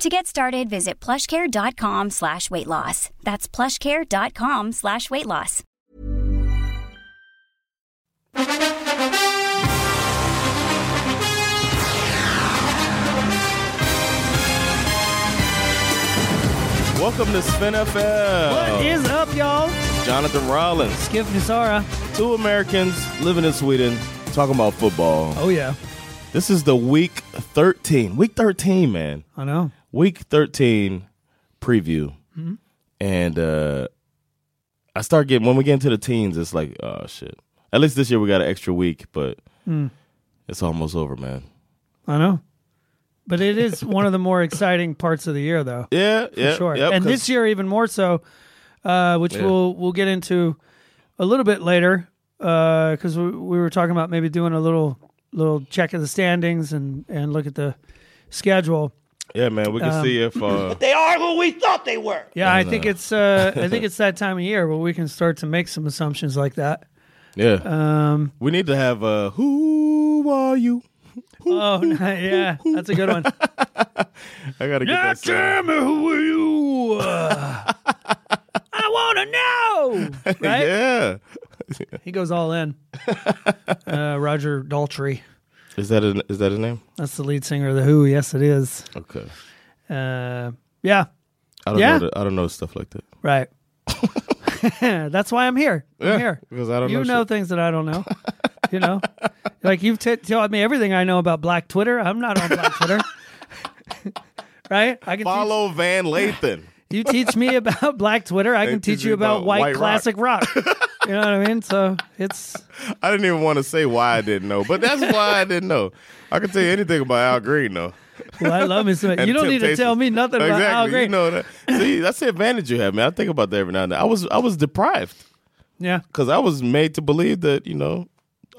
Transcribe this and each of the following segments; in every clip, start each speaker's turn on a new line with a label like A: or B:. A: To get started, visit plushcare.com slash weight loss. That's plushcare.com slash weight loss.
B: Welcome to Spin FM.
C: What is up, y'all?
B: Jonathan Rollins.
C: Skip Nisara.
B: Two Americans living in Sweden talking about football.
C: Oh, yeah.
B: This is the week 13. Week 13, man.
C: I know.
B: Week 13 preview. And uh I start getting when we get into the teens, it's like, oh shit. At least this year we got an extra week, but it's almost over, man.
C: I know. But it is one of the more exciting parts of the year, though.
B: Yeah, yeah.
C: for sure.
B: yep,
C: and
B: 'cause-
C: this year, even more so, uh, which
B: Yeah.
C: we'll we'll get into a little bit later, because we, we were talking about maybe doing a little little check of the standings and and look at the schedule.
B: Yeah, man, we can see if uh
D: They are who we thought they were.
C: Yeah, I think it's uh, I think it's that time of year where we can start to make some assumptions like that.
B: Yeah. Um we need to have uh who are you?
C: Oh, yeah, that's a good one.
B: I gotta get that. sound.
C: me who are you? I want to know. Right?
B: Yeah.
C: He goes all in. Uh, Roger Daltrey.
B: Is that a, is that his name?
C: That's the lead singer of the Who. Yes, it is.
B: Okay.
C: Uh, yeah,
B: I don't
C: Yeah.
B: know. The, I don't know stuff like that.
C: right. That's why I'm here.
B: Yeah,
C: I'm here
B: because I don't
C: You
B: know
C: know
B: shit.
C: things that I don't know. you know, like you've t- told me everything I know about Black Twitter. I'm not on Black Twitter. right? I can teach-
B: Follow Van Lathan.
C: You teach me about black Twitter, I
B: They
C: can teach you about, white,
B: white rock.
C: classic rock. you know what I mean? So it's
B: I didn't even want to say why I didn't know, but that's why I didn't know. I can tell you anything about Al Green though.
C: well, I love me so much.
B: And
C: You don't need to
B: Temptations.
C: tell me nothing
B: exactly.
C: about Al
B: You
C: Green.
B: know that. See, that's the advantage you have, man. I think about that every now and then. I was I was deprived
C: Yeah,
B: because I was made to believe that you know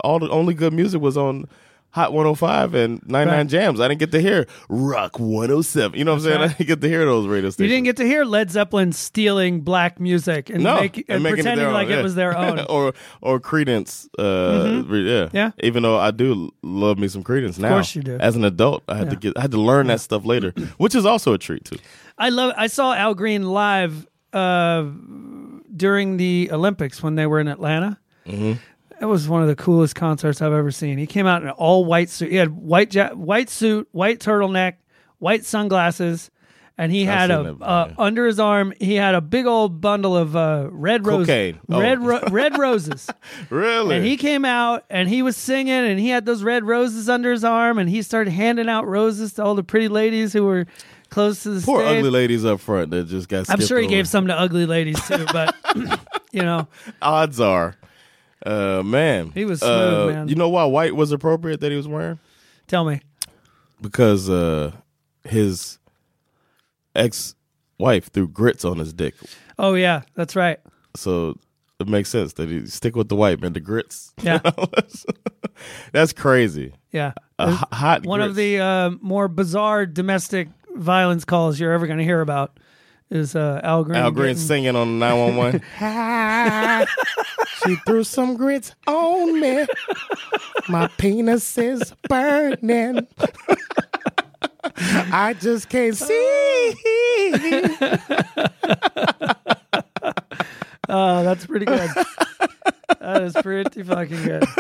B: all the only good music was on. Hot 105 and 99
C: Right.
B: jams. I didn't get to hear Rock 107. You know what I'm saying? I didn't get to hear those radio
C: you
B: stations.
C: didn't get to hear Led Zeppelin stealing black music and,
B: no,
C: make, and
B: making it
C: pretending
B: their
C: like
B: own, yeah.
C: it was their own. of
B: or or Credence. Uh, re- yeah,
C: Yeah.
B: Even though I do l- love me some Credence now.
C: course you do.
B: As an adult, I had to get I had to learn that stuff later, which is also a treat too.
C: I love. I saw Al Green live uh, during the Olympics when they were in Atlanta.
B: Mm-hmm.
C: That was one of the coolest concerts I've ever seen. He came out in an all white suit. He had white ja- white suit, white turtleneck, white sunglasses, and he had
B: seen
C: a
B: that
C: uh,
B: video.
C: under his arm. He had a big old bundle of uh, red roses,
B: Cocaine. Oh.
C: red ro- red roses.
B: Really?
C: And he came out and he was singing and he had those red roses under his arm and he started handing out roses to all the pretty ladies who were close to the
B: Poor
C: stage.
B: ugly ladies up front that just got.
C: I'm
B: skipped
C: sure he
B: over.
C: gave some to ugly ladies too, but you know,
B: Odds are, uh, man,
C: He was smooth,
B: uh,
C: man.
B: You know why white was appropriate that he was wearing
C: tell me.
B: because uh, his ex wife threw grits on his dick,
C: Oh yeah, that's right.
B: so it makes sense that he stick with the white man, the grits.
C: Yeah,
B: That's crazy.
C: yeah.
B: A h- hot
C: One of
B: grits.
C: the uh, more bizarre domestic violence calls you're ever going to hear about is uh, Al Green.
B: Al Green
C: getting-
B: singing on 911. she threw some grits on me. My penis is burning. I just can't see.
C: Oh, that's pretty good. that is pretty fucking good.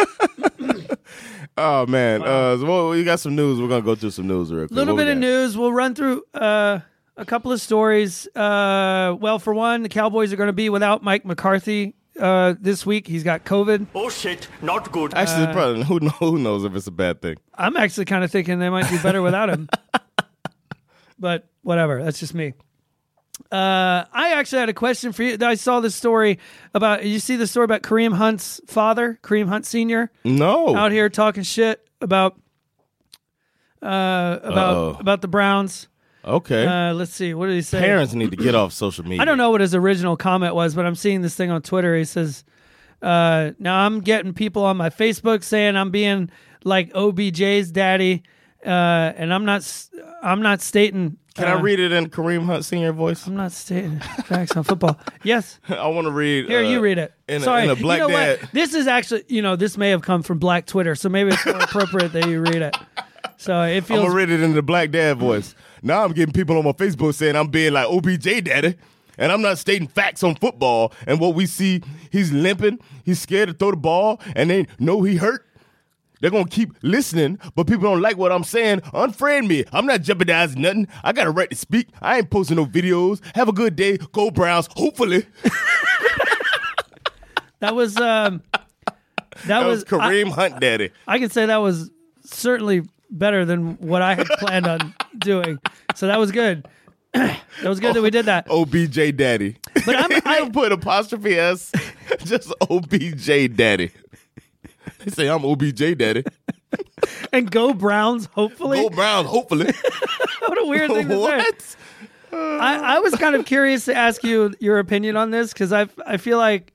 B: Oh man, uh, so, well, you got some news. We're gonna go through some news real quick.
C: A little
B: What we
C: bit of
B: got?
C: news. We'll run through uh, a couple of stories. Uh, well, for one, the Cowboys are going to be without Mike McCarthy uh, this week. He's got COVID.
D: Oh shit, not good.
B: Actually, probably who knows, who knows if it's a bad thing.
C: I'm actually kind of thinking they might do better without him. but whatever, that's just me. Uh, I actually had a question for you. I saw this story about you see the story about Kareem Hunt's father, Kareem Hunt Senior,
B: Mm. No,
C: out here talking shit about uh, about
B: Uh-oh.
C: about the Browns.
B: Okay.
C: Uh, let's see. What did he say?
B: Parents need to get off social media.
C: I don't know what his original comment was, but I'm seeing this thing on Twitter. He says, uh, "Now I'm getting people on my Facebook saying I'm being like OBJ's daddy, uh, and I'm not. s- I'm not stating.
B: Can
C: uh,
B: I read it in Kareem Hunt Senior voice?
C: I'm not stating facts on football. Yes."
B: I want to read.
C: Here,
B: uh,
C: you read it.
B: In
C: Sorry,
B: a, in a
C: You
B: black
C: know
B: dad.
C: what? This is actually, you know, this may have come from Black Twitter, so maybe it's more appropriate that you read it. So it
B: I'm
C: feels
B: gonna read it in the black dad voice. Now I'm getting people on my Facebook saying I'm being like OBJ daddy, and I'm not stating facts on football and what we see. He's limping. He's scared to throw the ball, and they know he hurt. They're gonna keep listening, but people don't like what I'm saying. Unfriend me. I'm not jeopardizing nothing. I got a right to speak. I ain't posting no videos. Have a good day. Go Browns. Hopefully,
C: that was um that,
B: that
C: was,
B: was
C: I-
B: Kareem Hunt daddy.
C: I can say that was certainly better than what I had planned on doing. So that was good. that was good that we did that.
B: OBJ daddy.
C: But I'm,
B: I
C: I,
B: put apostrophe s, just OBJ daddy. They say I'm OBJ daddy.
C: and go Browns. Hopefully,
B: Go Browns, hopefully.
C: what a weird thing to say.
B: what?
C: I, I was kind of curious to ask you your opinion on this because I I feel like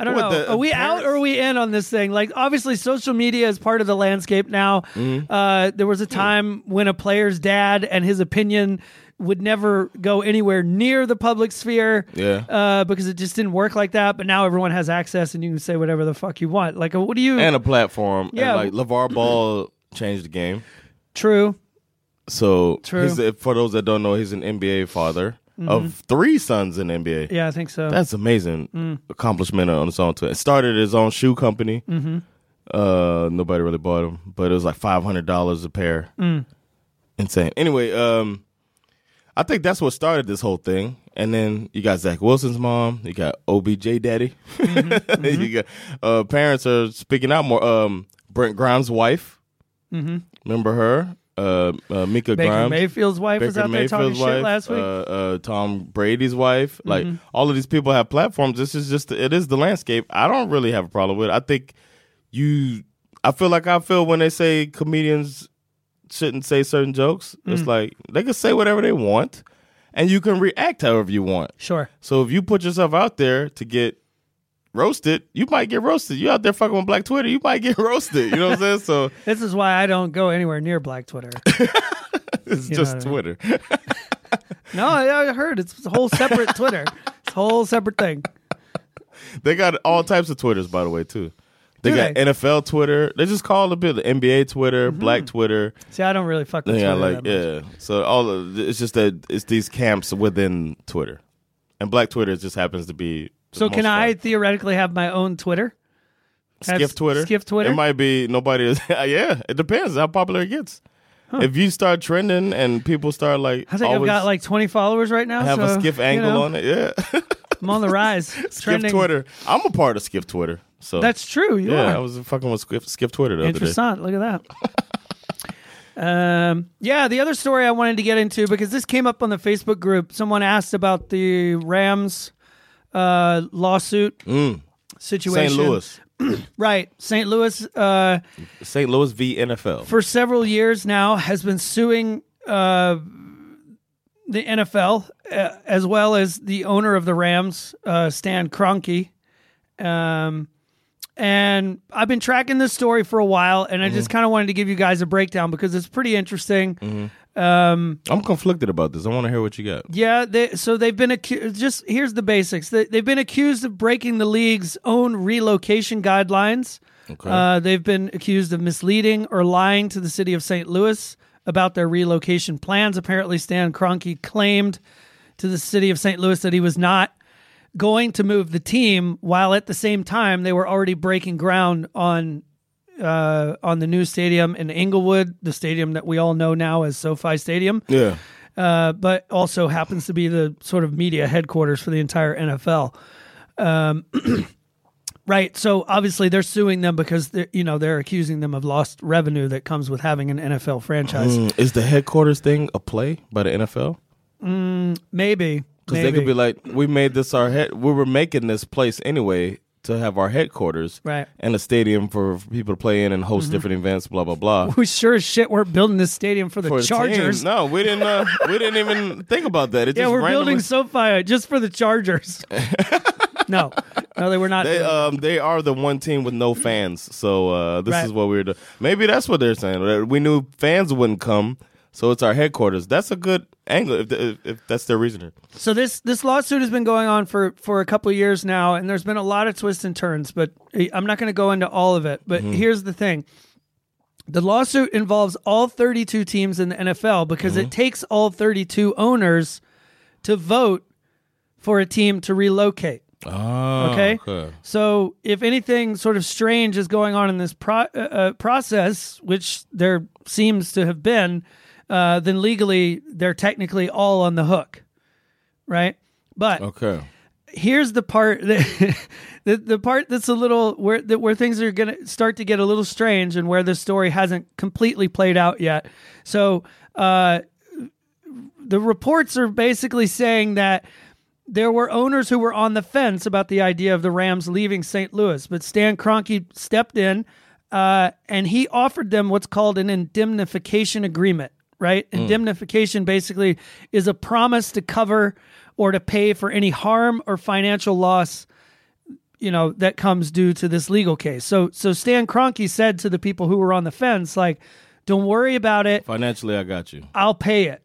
C: I don't
B: What,
C: know.
B: the
C: are we
B: parents-
C: out or are we in on this thing? Like obviously, social media is part of the landscape now.
B: Mm-hmm.
C: Uh, there was a time when a player's dad and his opinion would never go anywhere near the public sphere.
B: Yeah.
C: Uh, because it just didn't work like that. But now everyone has access and you can say whatever the fuck you want. Like, uh, what do you?
B: And a platform.
C: Yeah.
B: And like LeVar Ball changed the game.
C: True.
B: So
C: True. Mm-hmm.
B: he's a- for those that don't know, he's an NBA father of three sons in NBA.
C: Yeah, Mm. I think so.
B: That's amazing accomplishment on its own. To started his own shoe company.
C: Mm-hmm.
B: Uh, nobody really bought them, but it was like five hundred dollars a pair.
C: Mm.
B: Insane. Anyway, um, I think that's what started this whole thing. And then you got Zach Wilson's mom. You got OBJ daddy.
C: Mm-hmm.
B: you got uh, parents are speaking out more. Um, Brent Grimes' wife. Remember her? Uh, uh, Mika
C: Mm-hmm. Baker
B: Grimes.
C: Mayfield's wife was
B: Baker
C: out there talking
B: Mayfield's
C: shit
B: wife,
C: last week. Mm-hmm.
B: Uh, uh, Tom Brady's wife. Like all of these people have platforms. This is just it is the landscape. I don't really have a problem with. it. I think you. I feel like I feel when they say comedians shouldn't say certain jokes.
C: Mm.
B: It's like they can say whatever they want, and you can react however you want.
C: sure.
B: So if you put yourself out there to get roasted, you might get roasted. You out there fucking with Black Twitter, you might get roasted. You know what I'm saying? So
C: This is why I don't go anywhere near Black Twitter.
B: it's
C: You know
B: just
C: what I
B: Twitter.
C: No, I I heard it's a whole separate Twitter. It's a whole separate thing.
B: They got all types of Twitters, by the way, too. They
C: Do
B: got
C: they?
B: NFL Twitter. They just call it a bit the NBA Twitter, Black Twitter.
C: See, I don't really fuck with
B: They
C: Twitter.
B: got like
C: that much.
B: yeah. So all of, it's just that it's these camps within Twitter, and Black Twitter just happens to be. the
C: So
B: most
C: can I
B: fun.
C: theoretically have my own Twitter? Have
B: skip
C: s-
B: Twitter?
C: skip Twitter?
B: It might be nobody. Is, yeah, it depends how popular it gets. If you start trending and people start like,
C: I think I've
B: always
C: got like 20 followers right now.
B: have
C: so,
B: a skip
C: you
B: angle
C: know,
B: on it. Yeah,
C: I'm on the rise.
B: skip
C: Trending.
B: Twitter. I'm a part of skip Twitter. So
C: That's true. You
B: yeah. I
C: are.
B: was fucking with skip, skip Twitter the other day.
C: Interessant. Look at that. um, yeah, the other story I wanted to get into because this came up on the Facebook group. Someone asked about the Rams uh, lawsuit situation.
B: St. Mm. Louis.
C: Right. St. Louis. Uh,
B: St. Louis v NFL.
C: for several years now has been suing uh, the NFL uh, as well as the owner of the Rams, uh, Stan Kroenke. Um, and I've been tracking this story for a while, and I just kind of wanted to give you guys a breakdown because it's pretty interesting.
B: I'm conflicted about this. I want to hear what you got.
C: Yeah, they, so they've been accused. Just here's the basics. They, they've been accused of breaking the league's own relocation guidelines.
B: Okay.
C: Uh, they've been accused of misleading or lying to the city of St. Louis about their relocation plans. Apparently, Stan Kroenke claimed to the city of St. Louis that he was not going to move the team, while at the same time they were already breaking ground on uh, on the new stadium in Inglewood, the stadium that we all know now as SoFi Stadium
B: yeah.
C: uh, but also happens to be the sort of media headquarters for the entire NFL. Um, right. So obviously they're suing them because they're, you know they're accusing them of lost revenue that comes with having an NFL franchise.
B: Mm, Is the headquarters thing a play by the NFL?
C: Maybe.
B: Because they
C: maybe.
B: could be like, we made this our head. We were making this place anyway. to have our headquarters
C: Right. Mm-hmm.
B: and a stadium for people to play in and host different events, blah blah blah.
C: We sure as shit weren't building this stadium for the
B: For the team.
C: Chargers.
B: No, we didn't. Uh, we didn't even think about that. It
C: yeah,
B: just
C: we're
B: randomly-
C: building SoFi just for the Chargers. no, no, they were not.
B: They um they are the one team with no fans. So uh, this
C: Right.
B: is what we we're doing. Maybe that's what they're saying. that We knew fans wouldn't come, so it's our headquarters. That's a good angle if if, if that's their reasoning.
C: so this this lawsuit has been going on for for a couple of years now, and there's been a lot of twists and turns. But eh, I'm not going to go into all of it. But here's the thing: the lawsuit involves all 32 teams in the NFL because it takes all 32 owners to vote for a team to relocate.
B: Oh,
C: Okay? So, if anything sort of strange is going on in this pro- uh, uh, process, which there seems to have been, uh, then legally they're technically all on the hook, right? But
B: Okay.
C: here's the part that the, the part that's a little where that where things are going to start to get a little strange and where the story hasn't completely played out yet. So, uh, the reports are basically saying that there were owners who were on the fence about the idea of the Rams leaving St. Louis, but Stan Kroenke stepped in uh, and he offered them what's called an indemnification agreement. Right, indemnification basically is a promise to cover or to pay for any harm or financial loss, you know, that comes due to this legal case. So, so Stan Kroenke said to the people who were on the fence, like, "Don't worry about it.
B: Financially, I got you.
C: I'll pay it.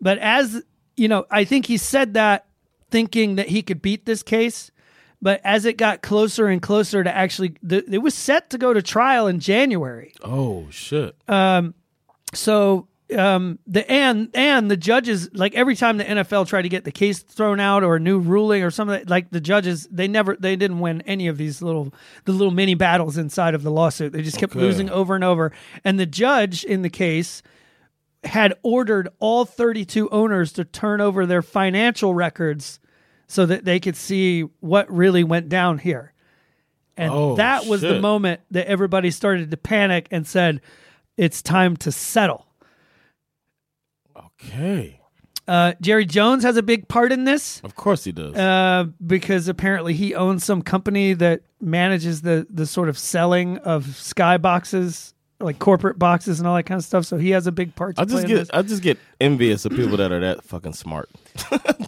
C: But as you know, I think he said that thinking that he could beat this case. But as it got closer and closer to actually, th- it was set to go to trial in January.
B: Oh shit.
C: Uh, So um, the and and the judges, like every time the NFL tried to get the case thrown out or a new ruling or something, like the judges, they never they didn't win any of these little the little mini battles inside of the lawsuit. They just kept
B: Okay.
C: losing over and over. And the judge in the case had ordered all 32 owners to turn over their financial records so that they could see what really went down here. And
B: Oh,
C: that was the
B: shit.
C: moment that everybody started to panic and said, it's time to settle.
B: okay.
C: Uh, Jerry Jones has a big part in this
B: Of course he does.
C: uh, because apparently he owns some company that manages the the sort of selling of sky boxes, like corporate boxes and all that kind of stuff. So he has a big part. To
B: I
C: play
B: just
C: in
B: get
C: this.
B: I just get envious of people that are that fucking smart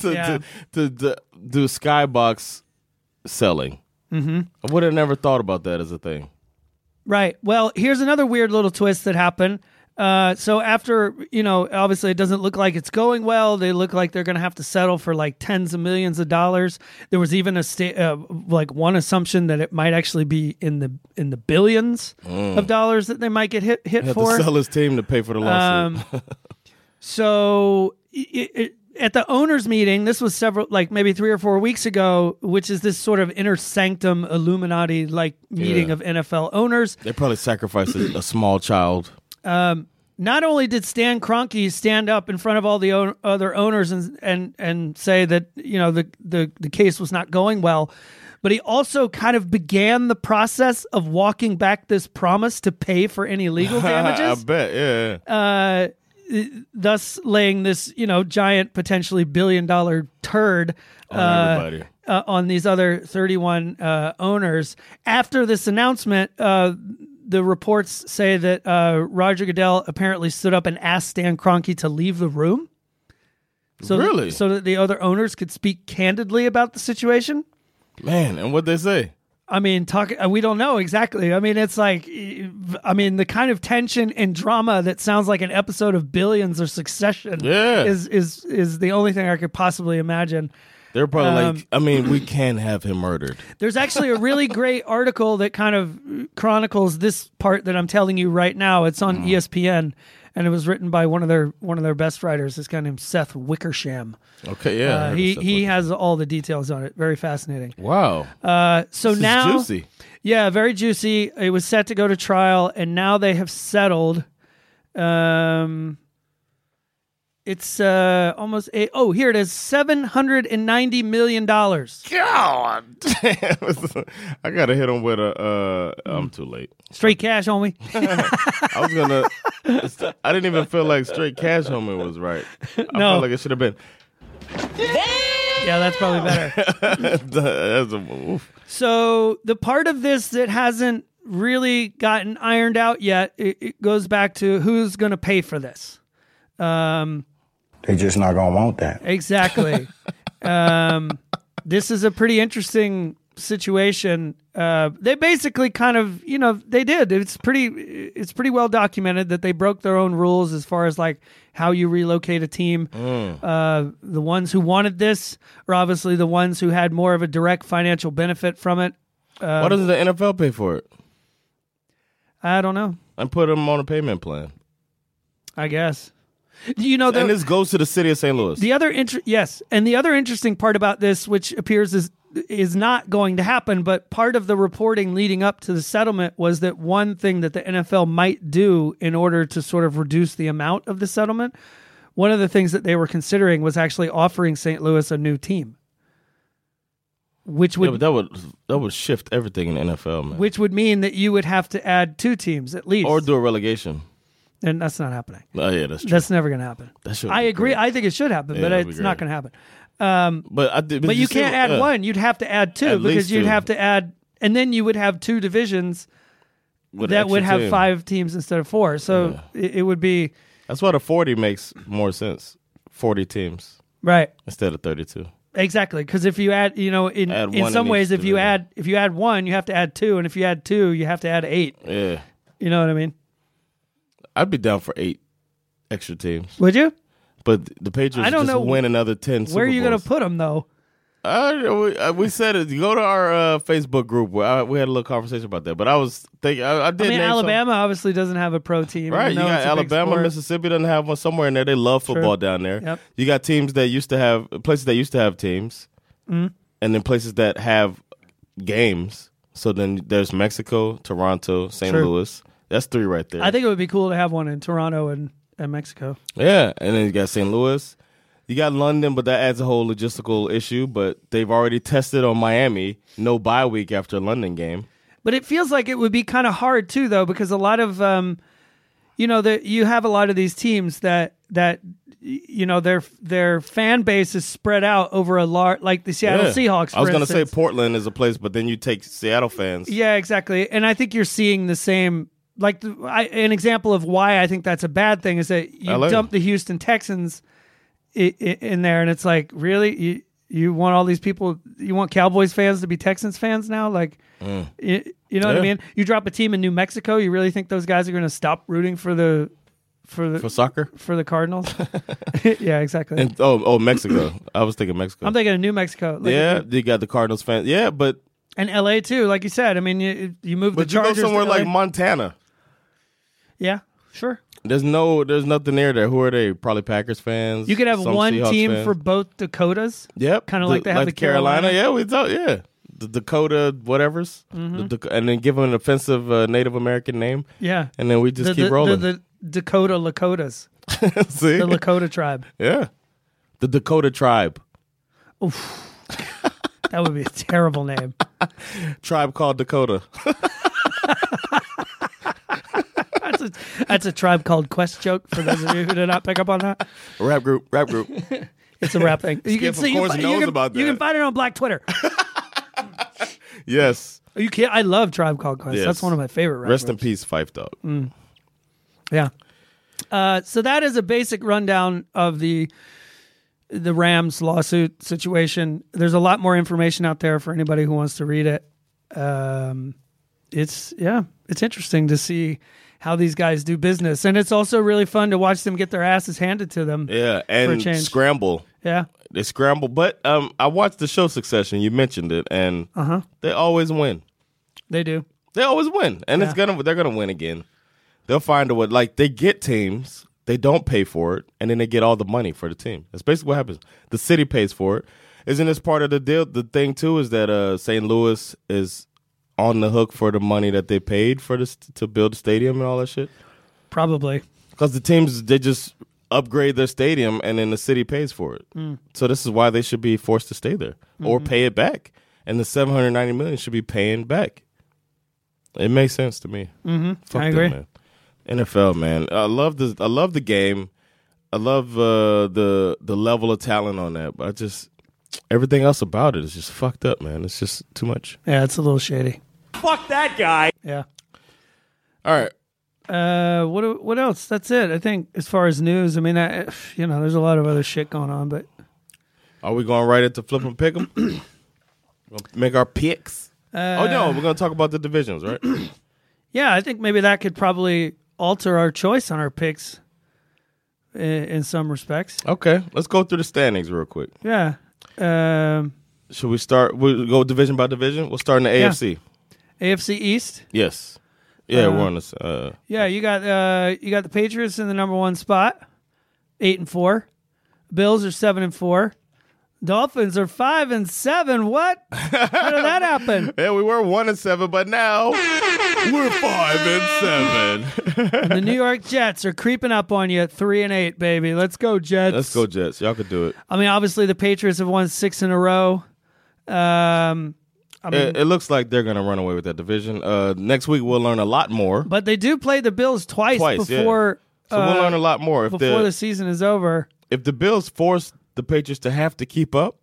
B: to,
C: Yeah.
B: to, to to do skybox selling. Mm-hmm. I would have never thought about that as a thing.
C: Right. Well, here's another weird little twist that happened. Uh, so after you know, obviously it doesn't look like it's going well. They look like they're going to have to settle for like tens of millions of dollars. There was even a sta- uh, like one assumption that it might actually be in the in the billions of dollars that they might get hit hit
B: Mm. Have
C: for.
B: to sell his team to pay for the lawsuit.
C: Um, so it, it, at the owners' meeting, this was several, like maybe three or four weeks ago, which is this sort of inner sanctum Illuminati like meeting
B: Yeah.
C: of NFL owners.
B: They probably sacrificed a, a small child.
C: Not only did Stan Kroenke stand up in front of all the own, other owners and, and and say that you know the, the the case was not going well, but he also kind of began the process of walking back this promise to pay for any legal
B: I
C: damages.
B: bet, yeah.
C: thus laying this you know giant potentially billion dollar turd
B: On everybody.
C: uh, on these other 31 uh, owners after this announcement uh, the reports say that uh, roger goodell apparently stood up and asked stan kroenke to leave the room so
B: Really?
C: so that the other owners could speak candidly about the situation
B: Man, and what they say?
C: I mean, talk. uh, We don't know exactly. I mean, it's like, e- I mean, the kind of tension and drama that sounds like an episode of Billions or Succession.
B: Yeah.
C: is is is the only thing I could possibly imagine.
B: They're probably
C: Um,
B: like, I mean, we can have him murdered.
C: There's actually a really great article that kind of chronicles this part that I'm telling you right now. It's
B: Mm-hmm.
C: on E ESPN, and it was written by one of their one of their best writers. This guy named Seth Wickersham.
B: Okay, yeah. I
C: Uh,
B: heard
C: he
B: stuff
C: he
B: like
C: has all the details on it. Very fascinating.
B: that. Wow.
C: Uh, so
B: This is
C: now
B: juicy.
C: Yeah, very juicy. It was set to go to trial, and now they have settled. Um, it's uh almost a oh here it is seven hundred and ninety million dollars
B: God damn. I gotta hit him with a uh I'm too late.
C: straight cash homie.
B: I was gonna I didn't even feel like straight cash homie was right. I
C: No.
B: felt like it should have been
E: Damn!
C: Yeah, that's probably better.
B: That's a- oof.
C: So the part of this that hasn't really gotten ironed out yet, it, it goes back to who's going to pay for this.
E: They just not gonna want that.
C: Exactly. um, this is a pretty interesting situation. Uh, they basically kind of, you know, they did. It's pretty, it's pretty well documented that they broke their own rules as far as like how you relocate a team. Uh, the ones who wanted this are obviously the ones who had more of a direct financial benefit from it. Um,
B: Why doesn't the NFL pay for it
C: I don't know.
B: and put them on a payment plan?
C: I guess. You know, the,
B: and this goes to the city of St. Louis.
C: The other inter- yes, and the other interesting part about this, which appears is is not going to happen, but part of the reporting leading up to the settlement was that one thing that the NFL might do in order to sort of reduce the amount of the settlement, one of the things that they were considering was actually offering St. Louis a new team, which
B: yeah,
C: would
B: but that would that would shift everything in the NFL, man.
C: which would mean that you would have to add two teams at least,
B: or do a relegation.
C: and that's not happening.
B: Oh yeah, that's true.
C: That's never going to happen.
B: That should
C: I
B: be
C: agree.
B: great.
C: I think it should happen,
B: Yeah,
C: but
B: that'd be
C: it's not
B: great.
C: going to happen.
B: But I did,
C: But you,
B: see
C: can't
B: what- uh,
C: add
B: yeah.
C: one. You'd have to add two
B: At
C: because
B: least
C: you'd
B: two.
C: have to add, and then you would have two divisions
B: With an
C: that would
B: extra
C: have
B: team.
C: five teams instead of four. So it, it would be
B: That's why the forty makes more sense. Forty teams
C: right
B: instead of thirty-two.
C: exactly because if you add, you know, in
B: Add one
C: in
B: in
C: some
B: each
C: ways, if you
B: division.
C: add if you add one, you have to add two, and if you add two, you have to add eight.
B: Yeah,
C: You know what I mean?
B: I'd be down for eight extra teams.
C: Would you?
B: But the Patriots
C: I don't
B: just
C: know
B: win another ten.
C: Where are you going to
B: to
C: put them though?
B: I, we, I- we said it. Go to our uh, Facebook group. Where I, we had a little conversation about that. But I was thinking, I, I did.
C: I mean,
B: name some-
C: Alabama obviously doesn't have a pro team, even
B: Right, you
C: though
B: got
C: Mm-hmm. it's a big
B: Alabama,
C: sport.
B: Mississippi doesn't have one somewhere in there. They love football down there.
C: Yep.
B: You got teams that used to have places that used to have teams,
C: Mm-hmm.
B: and then places that have games. So then there's Mexico, Toronto, St.
C: True.
B: Louis. That's three right there.
C: I think it would be cool to have one in Toronto and, and Mexico.
B: yeah, and then you got St. Louis. You got London, but that adds a whole logistical issue. But they've already tested on Miami. No bye week after London game.
C: But it feels like it would be kind of hard too, though, because a lot of, um, you know, that you have a lot of these teams that that y- you know their their fan base is spread out over a large, like the Seattle
B: Yeah.
C: Seahawks. For
B: I was gonna
C: instance.
B: say Portland is a place, but then you take Seattle fans.
C: Yeah, exactly. And I think you're seeing the same. Like the, I, an example of why I think that's a bad thing is that you
B: LA.
C: dump the Houston Texans i i in there, and it's like, really, you you want all these people, you want Cowboys fans to be Texans fans now? Like, you, you know what I
B: Mm. Yeah.
C: mean? You drop a team in New Mexico, you really think those guys are going to stop rooting for the for the
B: For
C: for,
B: soccer?
C: the Cardinals? yeah, exactly.
B: And oh, oh, Mexico. I was thinking Mexico.
C: I'm thinking of New Mexico, like,
B: yeah, you got the Cardinals fans. Yeah, but
C: and LA too. Like you said, I mean, you you move
B: but
C: the
B: you go
C: Chargers to
B: somewhere
C: LA.
B: like Montana.
C: yeah, sure.
B: There's no, there's nothing near there. Who are they? Probably Packers fans.
C: You could have
B: some
C: one
B: Seahawks
C: team
B: fans.
C: for both Dakotas.
B: yep,
C: kinda like they have the Carolina. Mm-hmm.
B: Yeah, we thought yeah, the Dakota whatever's, The Dak- and then give them an offensive uh, Native American name,
C: Yeah.
B: and then we just keep rolling.
C: The, the Dakota Lakotas,
B: See,
C: the Lakota tribe.
B: yeah, the Dakota tribe,
C: That would be a terrible name.
B: tribe called Dakota.
C: That's a, that's a tribe called Quest joke for those of you who did not pick up on that.
B: rap group, rap group.
C: It's a rap thing. You
B: Skip, of
C: you
B: course,
C: fi- you
B: knows
C: can,
B: about
C: You can
B: that.
C: find it on Black Twitter.
B: yes.
C: Are you kidding? I love Tribe Called Quest.
B: Yes.
C: That's one of my favorite. Rap
B: Rest in
C: groups. Mm.
B: peace, Fife Dog.
C: Yeah. Uh, so that is a basic rundown of the the Rams lawsuit situation. There's a lot more information out there for anybody who wants to read it. Um, it's yeah, it's interesting to see how these guys do business, and it's also really fun to watch them get their asses handed to them. Yeah,
B: Yeah, and
C: change.
B: scramble. They scramble, but um, I watched the show Succession. You mentioned it, and they always win.
C: they do.
B: They always win, and it's gonna they're gonna win again. They'll find a way. Like they get teams, they don't pay for it, and then they get all the money for the team. That's basically what happens. The city pays for it. Isn't this part of the deal? The thing too is that uh, St. Louis is on the hook for the money that they paid for this to build the stadium and all that shit.
C: Probably
B: Because the teams they just upgrade their stadium and then the city pays for it.
C: Mm.
B: So this is why they should be forced to stay there or
C: Mm-hmm.
B: pay it back. And the seven hundred ninety million should be paying back. It makes sense to me. Mm-hmm. Fuck
C: I
B: them,
C: agree.
B: man. NFL man, I love the I love the game. I love uh, the the level of talent on that. But I just everything else about it is just fucked up, man. It's just too much.
C: Yeah, it's a little shady.
D: Fuck that guy.
C: Yeah.
B: All right.
C: Uh, what what else? That's it. I think as far as news, I mean, I, you know, there's a lot of other shit going on, but
B: Are we going right at the flip and pick 'em? Gonna Make our picks.
C: Uh,
B: oh no, we're gonna talk about the divisions, right?
C: yeah, I think maybe that could probably alter our choice on our picks in, in some respects.
B: okay, let's go through the standings real quick.
C: Yeah. Um,
B: Should we start? We will go division by division. We'll start in the
C: Yeah.
B: AFC.
C: AFC East.
B: Yes. Yeah, we're on this. Uh,
C: Yeah, you got uh, you got the Patriots in the number one spot, eight and four. Bills are seven and four. Dolphins are five and seven. What? How did that happen?
B: yeah, we were one and seven, but now we're five and seven.
C: And the New York Jets are creeping up on you at three and eight, baby. Let's go Jets.
B: Let's go Jets. Y'all could do it.
C: I mean, obviously the Patriots have won six in a row. Um,
B: it. It looks like they're gonna run away with that division. Uh, next week we'll learn a lot more.
C: but they do play the Bills twice,
B: Twice, yeah.
C: before
B: So
C: uh,
B: we'll learn a lot more if
C: before
B: the
C: the season is over.
B: if the Bills force the Patriots to have to keep up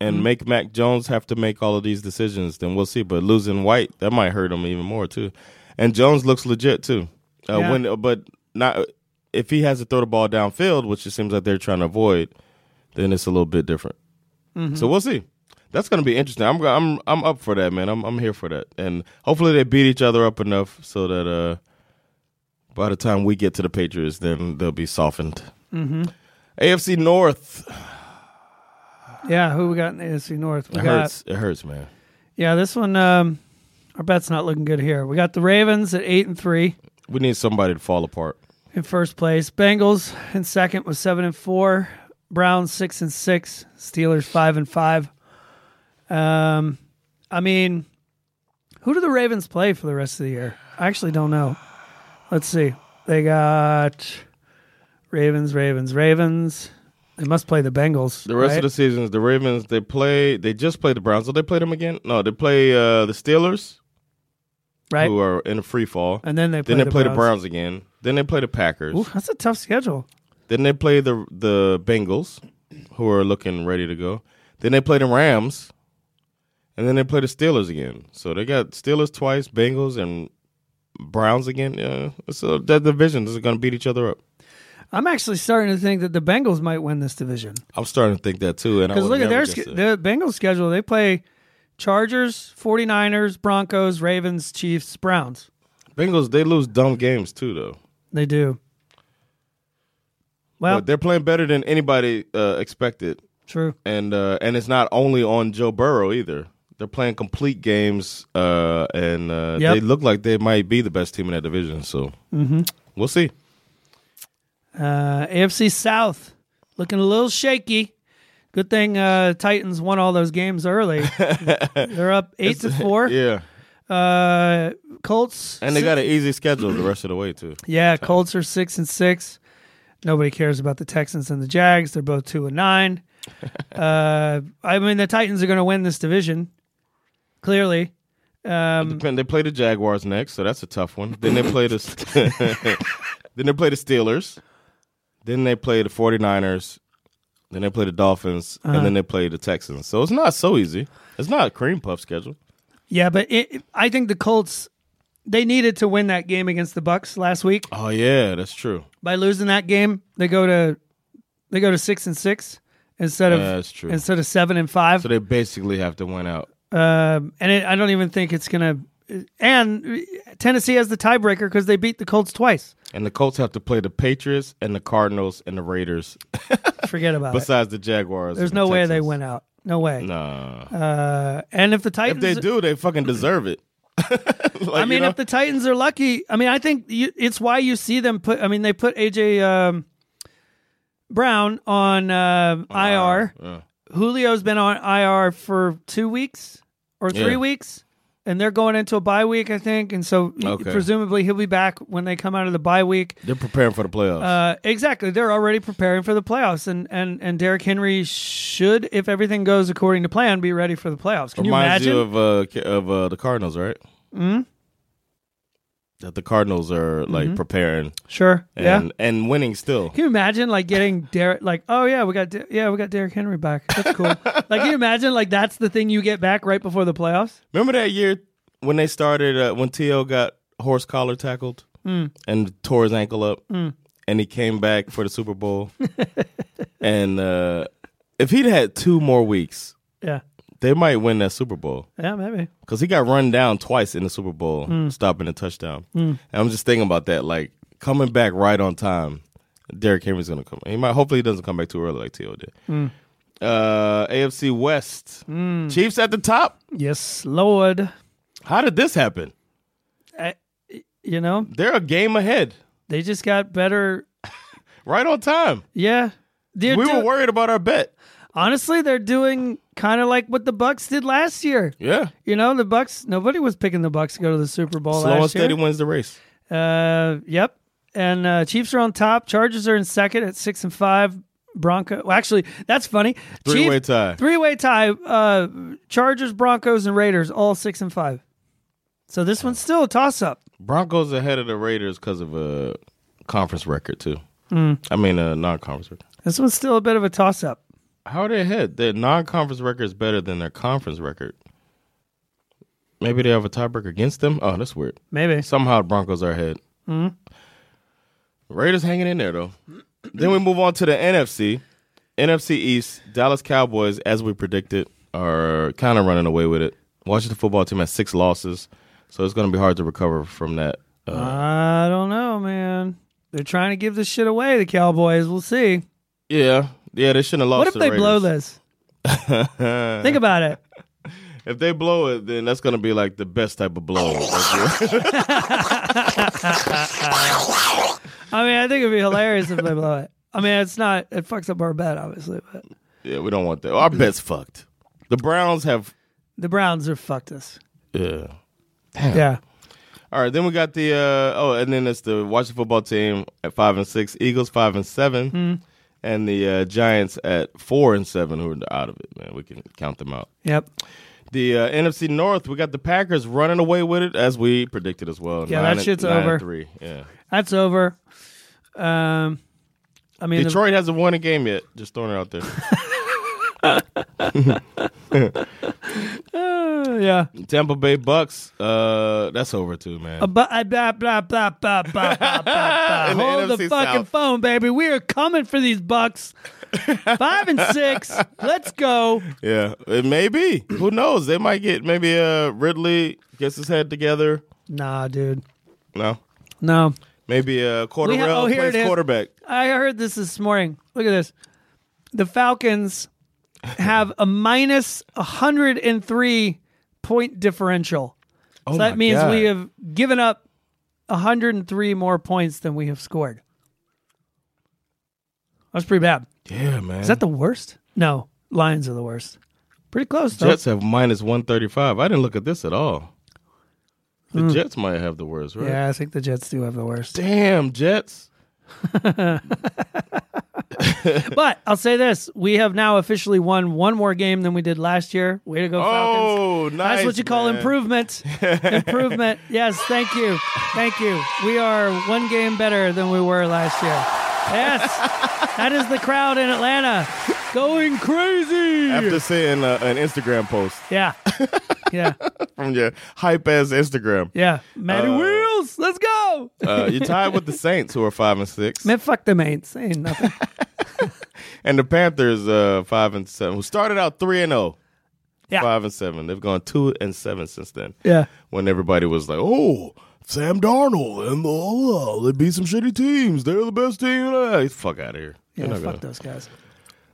B: and make Mac Jones have to make all of these decisions, then we'll see. But losing White that might hurt him even more too. And Jones looks legit too. Uh,
C: Yeah.
B: When but not if he has to throw the ball downfield, which it seems like they're trying to avoid, then it's a little bit different. So we'll see. That's going to be interesting. I'm I'm I'm up for that, man. I'm I'm here for that, and hopefully they beat each other up enough so that uh, by the time we get to the Patriots, then they'll be softened. AFC North.
C: Yeah, who we got in the AFC North? We
B: It
C: got
B: hurts. It hurts, man.
C: yeah, this one. Um, our bet's not looking good here. We got the Ravens at eight and three.
B: We need somebody to fall apart.
C: in first place. Bengals in second with seven and four. Browns six and six. Steelers five and five. Um, I mean, who do the Ravens play for the rest of the year? I actually don't know. Let's see. They got Ravens, Ravens, Ravens. They must play the Bengals.
B: The rest of the seasons, the Ravens they play. They just played the Browns. Did they play them again? No, they play uh, the Steelers,
C: the right,
B: who are in a free fall.
C: and then they play
B: then they
C: the
B: play
C: Browns.
B: the Browns again. Then they play the Packers.
C: Ooh, that's a tough schedule.
B: Then they play the the Bengals, who are looking ready to go. Then they play the Rams, and then they play the Steelers again. So they got Steelers twice, Bengals and Browns again. Yeah, so that division is going to beat each other up.
C: I'm actually starting to think that the Bengals might win this division.
B: I'm starting to think that too. And I
C: Because
B: would
C: look at
B: never
C: their
B: guess
C: sch-
B: that.
C: the Bengals schedule. They play Chargers, 49ers, Broncos, Ravens, Chiefs, Browns.
B: Bengals. They lose dumb games too, though.
C: They do. Well,
B: But they're playing better than anybody uh, expected.
C: true.
B: and uh, and it's not only on Joe Burrow either. They're playing complete games, uh, and uh,
C: Yep. Mm-hmm.
B: they look like they might be the best team in that division. So we'll see.
C: Uh, AFC South looking a little shaky. Good thing uh, Titans won all those games early. They're up eight to four.
B: Yeah,
C: Uh, Colts
B: and they
C: si-
B: got an easy schedule the rest of the way too.
C: Yeah, Colts are six and six. Nobody cares about the Texans and the Jags. They're both two and nine. uh, I mean, the Titans are going to win this division, clearly.
B: Depend- they play the Jaguars next, so that's a tough one. Then they play the then they play the Steelers. Then they play the 49ers. Then they play the Dolphins,
C: Uh-huh.
B: and then they play the Texans. So it's not so easy. It's not a cream puff schedule.
C: Yeah, but it, I think the Colts they needed to win that game against the Bucks last week.
B: Oh yeah, that's true.
C: By losing that game, they go to they go to six and six instead of
B: Yeah, that's true.
C: instead of seven and five.
B: So they basically have to win out.
C: Um, and it, I don't even think it's going to. And Tennessee has the tiebreaker because they beat the Colts twice.
B: And the Colts have to play the Patriots and the Cardinals and the Raiders,
C: Forget about it.
B: besides the Jaguars.
C: There's
B: and
C: no
B: the
C: way they
B: Texans.
C: win out. No way.
B: Nah.
C: Uh, and if the
B: If
C: Titans,
B: they do, they fucking deserve it.
C: I mean, if the Titans are lucky, I mean, I think you, it's why you see them put. I mean, they put AJ um, Brown on uh, IR. Julio's been on IR for two weeks or three
B: Yeah.
C: weeks, and they're going into a bye week, I think. And so y-
B: Okay.
C: presumably he'll be back when they come out of the bye week.
B: they're preparing for the playoffs.
C: Uh, exactly. They're already preparing for the playoffs, and and and Derrick Henry should, if everything goes according to plan, be ready for the playoffs. Can you Hmm?
B: Reminds
C: imagine?
B: you of uh, Ca- of uh, the Cardinals, right? that the Cardinals are like preparing
C: Sure.
B: and
C: Mm-hmm. yeah.
B: and winning still.
C: Can you imagine like getting Derek? Like, oh yeah, we got Der- yeah, we got Derrick Henry back. That's cool. like, can you imagine like that's the thing you get back right before the playoffs?
B: Remember that year when they started uh, when T.O. got horse collar tackled
C: Hmm.
B: and tore his ankle up, and he came back for the Super Bowl. and uh, if he'd had two more weeks,
C: Yeah.
B: they might win that Super Bowl
C: Yeah, maybe.
B: because he got run down twice in the Super Bowl,
C: Mm.
B: stopping a touchdown. And I'm just thinking about that, like coming back right on time. Derrick Henry's gonna come. He might. Hopefully, he doesn't come back too early like T.O. did.
C: Mm.
B: Uh, AFC West, Chiefs at the top.
C: Yes, Lord.
B: How did this happen?
C: You know,
B: They're a game ahead,
C: they just got better.
B: right on time.
C: Yeah. They're
B: we
C: do-
B: were worried about our bet.
C: honestly, they're doing kind of like what the Bucks did last year.
B: Yeah,
C: You know, the Bucks. Nobody was picking the Bucks to go to the Super Bowl
B: slow
C: last
B: and steady
C: year.
B: wins the race.
C: Uh, yep. And uh, Chiefs are on top. Chargers are in second at six and five. Bronco. Well, actually, that's funny.
B: Three-way
C: Chiefs-
B: tie.
C: Three-way tie. Uh, Chargers, Broncos, and Raiders all six and five. So this one's still a toss-up.
B: Broncos ahead of the Raiders because of a conference record too.
C: Mm.
B: I mean, a non-conference record.
C: This one's still a bit of a toss-up.
B: How are they ahead? Their non-conference record is better than their conference record. Maybe they have a tiebreaker against them. Oh, that's weird.
C: Maybe.
B: Somehow Broncos are ahead.
C: Hmm?
B: Raiders hanging in there though. then we move on to the NFC. NFC East, Dallas Cowboys, as we predicted, are kind of running away with it. Washington football team has six losses, so it's going to be hard to recover from that. Uh,
C: I don't know, man. They're trying to give this shit away. The Cowboys. We'll see.
B: yeah, yeah, they shouldn't have lost.
C: What if
B: to
C: they
B: the
C: blow
B: Raiders.
C: this? Think about it.
B: If they blow it, then that's going to be like the best type of blow.
C: I mean, I think it'd be hilarious if they blow it. I mean, it's not. It fucks up our bet, obviously, but
B: Yeah, we don't want that. Our bet's fucked. The Browns have.
C: the Browns are fucked us.
B: Yeah.
C: Yeah.
B: All right. Then we got the. Uh, oh, and then it's the Washington football team at five and six, Eagles five and seven,
C: Hmm.
B: and the uh, Giants at four and seven, who are out of it. Man, we can count them out.
C: Yep.
B: The uh, NFC North, we got the Packers running away with it as we predicted as well.
C: Yeah, that
B: and-
C: shit's
B: nine and
C: over.
B: three. Yeah.
C: That's over. Um, I mean, the-
B: Detroit hasn't won a game yet. Just throwing it out there.
C: Uh, yeah.
B: Tampa Bay Bucks. Uh, that's over too, man.
C: But I blah blah blah blah blah blah blah. blah.
B: In the
C: Hold the,
B: NFC
C: fucking
B: South.
C: phone, baby. We are coming for these bucks. Five and six. Let's go.
B: Yeah, it may be. Who knows? They might get maybe uh Ridley gets his head together.
C: Nah, dude.
B: No,
C: No.
B: maybe uh
C: We
B: Corderell
C: have- oh, here
B: plays
C: it is.
B: quarterback.
C: I heard this this morning. Look at this. The Falcons have a minus 103 point differential.
B: Oh
C: so
B: my
C: that means
B: God.
C: we have given up 103 more points than we have scored. That's pretty bad.
B: Yeah, man.
C: Is that the worst? No, Lions are the worst. Pretty close, though.
B: Jets have minus one thirty five. I didn't look at this at all. The Jets might have the worst, right?
C: Mm. Yeah, I think the Jets do have the worst.
B: Damn Jets.
C: But I'll say this: we have now officially won one more game than we did last year. Way to go, Falcons!
B: Oh, nice.
C: That's what you call
B: man.
C: improvement. improvement. Yes, thank you. Thank you. We are one game better than we were last year. Yes. That is the crowd in Atlanta going crazy.
B: After seeing uh, an Instagram post
C: yeah. Yeah.
B: from your hype ass Instagram,
C: Yeah. Matty Wheels, let's go.
B: uh, you're tied with the Saints, who are five and six,
C: Man, fuck the Ain't Ain't nothing.
B: and the Panthers, uh, five and seven, who started out three and zero.
C: Yeah.
B: five and seven. They've gone two and seven since then.
C: Yeah.
B: When everybody was like, "Oh, Sam Darnold and the oh, they beat some shitty teams. They're the best team." Ah, fuck out of here. They're
C: Yeah,
B: not gonna-
C: fuck those guys.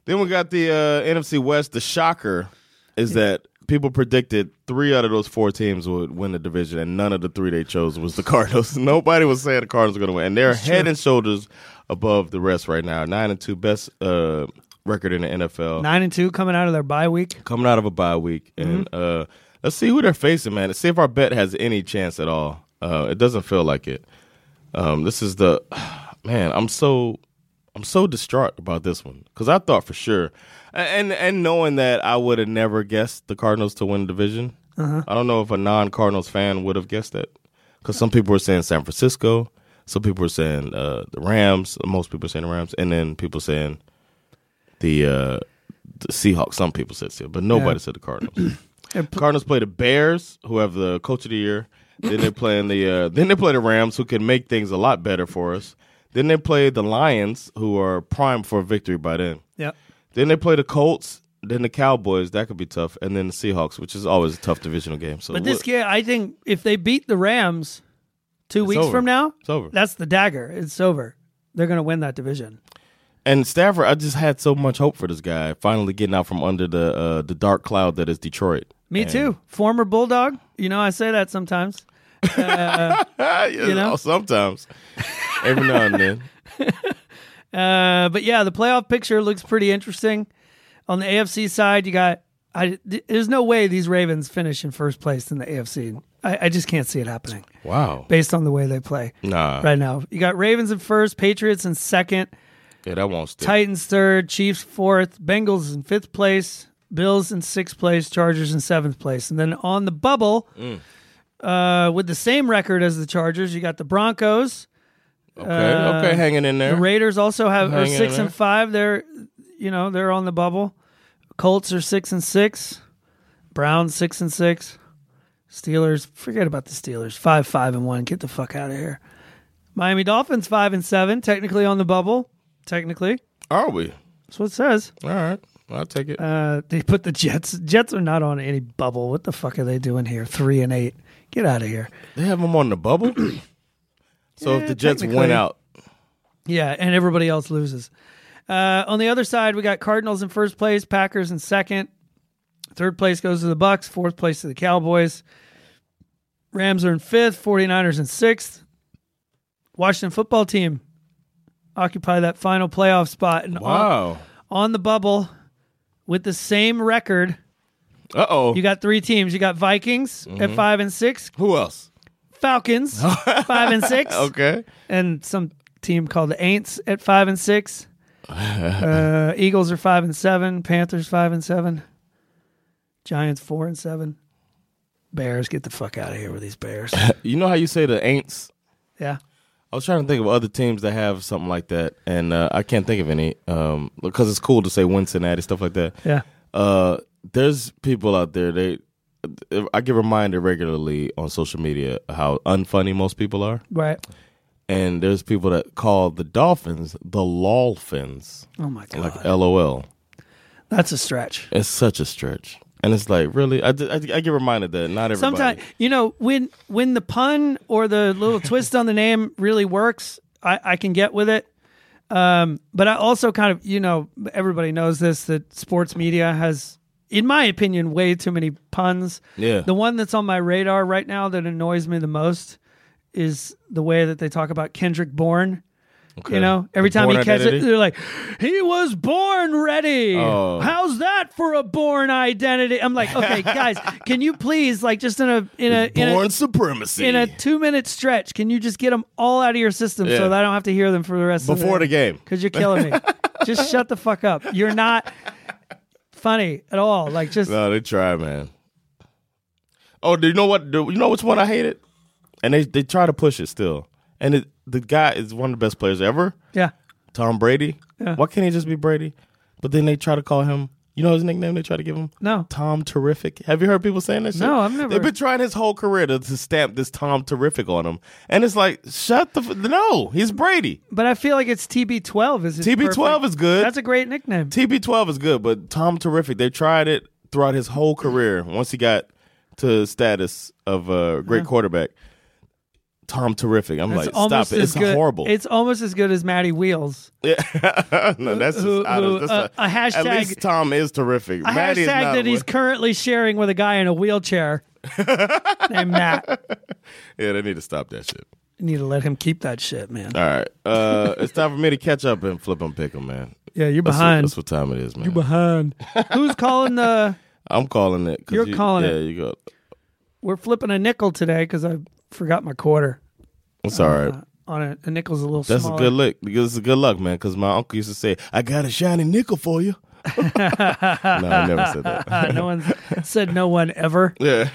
B: Then we got the uh, NFC West. The shocker is that people predicted three out of those four teams would win the division, and none of the three they chose was the Cardinals. Nobody was saying the Cardinals were going to win, and they're head and shoulders above the rest right now. Nine and two, best uh, record in the NFL
C: Nine and two coming out of their bye week.
B: coming out of a bye week, and uh, let's see who they're facing, man. Let's see if our bet has any chance at all. Uh, it doesn't feel like it. Um, this is the man. I'm so I'm so distraught about this one because I thought for sure, a- and and knowing that I would have never guessed the Cardinals to win the division. I don't know if a non Cardinals fan would have guessed that. because some people were saying San Francisco, some people were saying uh, the Rams, most people are saying the Rams, and then people saying the uh, the Seahawks. Some people said still, but nobody
C: Yeah.
B: said the Cardinals.
C: And p-
B: Cardinals play the Bears, who have the coach of the year. Then they're playing the uh, then they play the Rams, who can make things a lot better for us. Then they play the Lions, who are primed for victory by then.
C: yeah.
B: Then they play the Colts, then the Cowboys. That could be tough, and then the Seahawks, which is always a tough divisional game. So
C: But this
B: look,
C: game, I think if they beat the Rams two weeks
B: over.
C: from now,
B: It's over.
C: that's the dagger. It's over. They're going to win that division.
B: and Stafford, I just had so much hope for this guy finally getting out from under the uh, the dark cloud that is Detroit.
C: Me
B: And-
C: too. Former Bulldog. You know, I say that sometimes.
B: Ah, you,
C: know?
B: know, sometimes every now and then.
C: Uh, but yeah, the playoff picture looks pretty interesting. On the AFC side, you got. I, th- there's no way these Ravens finish in first place in the AFC. I, I just can't see it happening
B: Wow.
C: based on the way they play
B: Nah,
C: right now. You got Ravens in first, Patriots in second,
B: yeah, that won't stick.
C: Titans third, Chiefs fourth, Bengals in fifth place, Bills in sixth place, Chargers in seventh place. And then on the bubble, uh, with the same record as the Chargers, you got the Broncos.
B: Okay, okay,
C: uh,
B: hanging in there.
C: The Raiders also have are
B: Hang in
C: six
B: there.
C: and five. They're you know, they're on the bubble. Colts are six and six. Browns six and six. Steelers, forget about the Steelers. Five, five and one. Get the fuck out of here. Miami Dolphins five and seven, technically on the bubble. Technically.
B: Are we?
C: That's what it says.
B: All right, I'll take it.
C: Uh, they put the Jets. Jets are not on any bubble. What the fuck are they doing here? Three and eight. Get out of here.
B: they have them on the bubble. so
C: Yeah,
B: if the Jets
C: technically.
B: went out,
C: Yeah, and everybody else loses. Uh, on the other side, we got Cardinals in first place, Packers in second. Third place goes to the Bucks, fourth place to the Cowboys. Rams are in fifth, 49ers in sixth. Washington football team occupy that final playoff spot and on,
B: wow.
C: on the bubble with the same record.
B: Uh oh.
C: You got three teams. You got Vikings
B: Mm-hmm.
C: at five and six,
B: Who else?
C: Falcons five and six,
B: Okay.
C: and some team called the Aints at five and six. Uh, Eagles are five and seven. Panthers five and seven. Giants four and seven. Bears, get the fuck out of here with these Bears.
B: You know how you say the Aints?
C: yeah,
B: I was trying to think of other teams that have something like that, and uh, I can't think of any um, because it's cool to say Cincinnati stuff like that.
C: yeah.
B: Uh, there's people out there. They, I get reminded regularly on social media how unfunny most people are,
C: Right.
B: and there's people that call the Dolphins the Lolfins,
C: Oh my god,
B: like LOL.
C: that's a stretch.
B: It's such a stretch, and it's like really. I, I, I get reminded that not everybody.
C: Sometimes you know when when the pun or the little twist on the name really works, I, I can get with it. Um, but I also kind of you know everybody knows this that sports media has, in my opinion, way too many puns.
B: Yeah.
C: The one that's on my radar right now that annoys me the most is the way that they talk about Kendrick Bourne. You know, every time he
B: Bourne
C: catches it,
B: identity?
C: they're like, "He was born ready."
B: Oh.
C: How's that for a born identity? I'm like, okay, guys, can you please, like, just in a in a uh, in
B: born
C: a,
B: supremacy
C: in a two minute stretch, can you just get them all out of your system
B: Yeah.
C: so that I don't have to hear them for the rest of
B: before the game.
C: Because you're killing me. just shut the fuck up. You're not funny at all. Like, just
B: No, they try, man. Oh, do you know what? Do you know which one I hated? And they they try to push it still. And it, the guy is one of the best players ever,
C: yeah,
B: Tom Brady. Why can't he just be Brady? But then they try to call him. You know his nickname they try to give him?
C: no,
B: Tom Terrific. Have you heard people saying that shit?
C: No, I've never-
B: They've been trying his whole career to, to stamp this Tom Terrific on him. And it's like, shut the. F- no, he's Brady.
C: but I feel like it's TB12 is his
B: TB12
C: perfect-
B: is good.
C: That's a great nickname.
B: TB12 is good, but Tom Terrific, they tried it throughout his whole career. Once he got to status of a great quarterback, Tom Terrific. I'm
C: That's
B: like, stop it.
C: as
B: It's
C: good-
B: horrible.
C: It's almost as good as Matty Wheels.
B: no, that's just
C: who-
B: out
C: who,
B: of, that's
C: uh,
B: not-
C: a hashtag-
B: At least Tom is terrific.
C: a
B: Maddie is
C: hashtag
B: not
C: that he's
B: one-
C: currently sharing with a guy in a wheelchair named Matt.
B: Yeah, they need to stop that shit.
C: You need to let him keep that shit, man.
B: All right, uh, it's time for me to catch up and flip and pick 'em, man.
C: Yeah, you're
B: That's what-
C: behind.
B: That's what, time it is, man.
C: behind. Who's calling the?
B: I'm calling it. 'cause
C: You're
B: you-
C: calling it.
B: Yeah, you go.
C: We're flipping a nickel today because I forgot my quarter.
B: It's all right.
C: On a, a nickel's a little.
B: That's
C: smaller.
B: a good look. This is good luck, man. Because my uncle used to say, "I got a shiny nickel for you." no, I never said that.
C: Uh, no one said no one ever.
B: Yeah,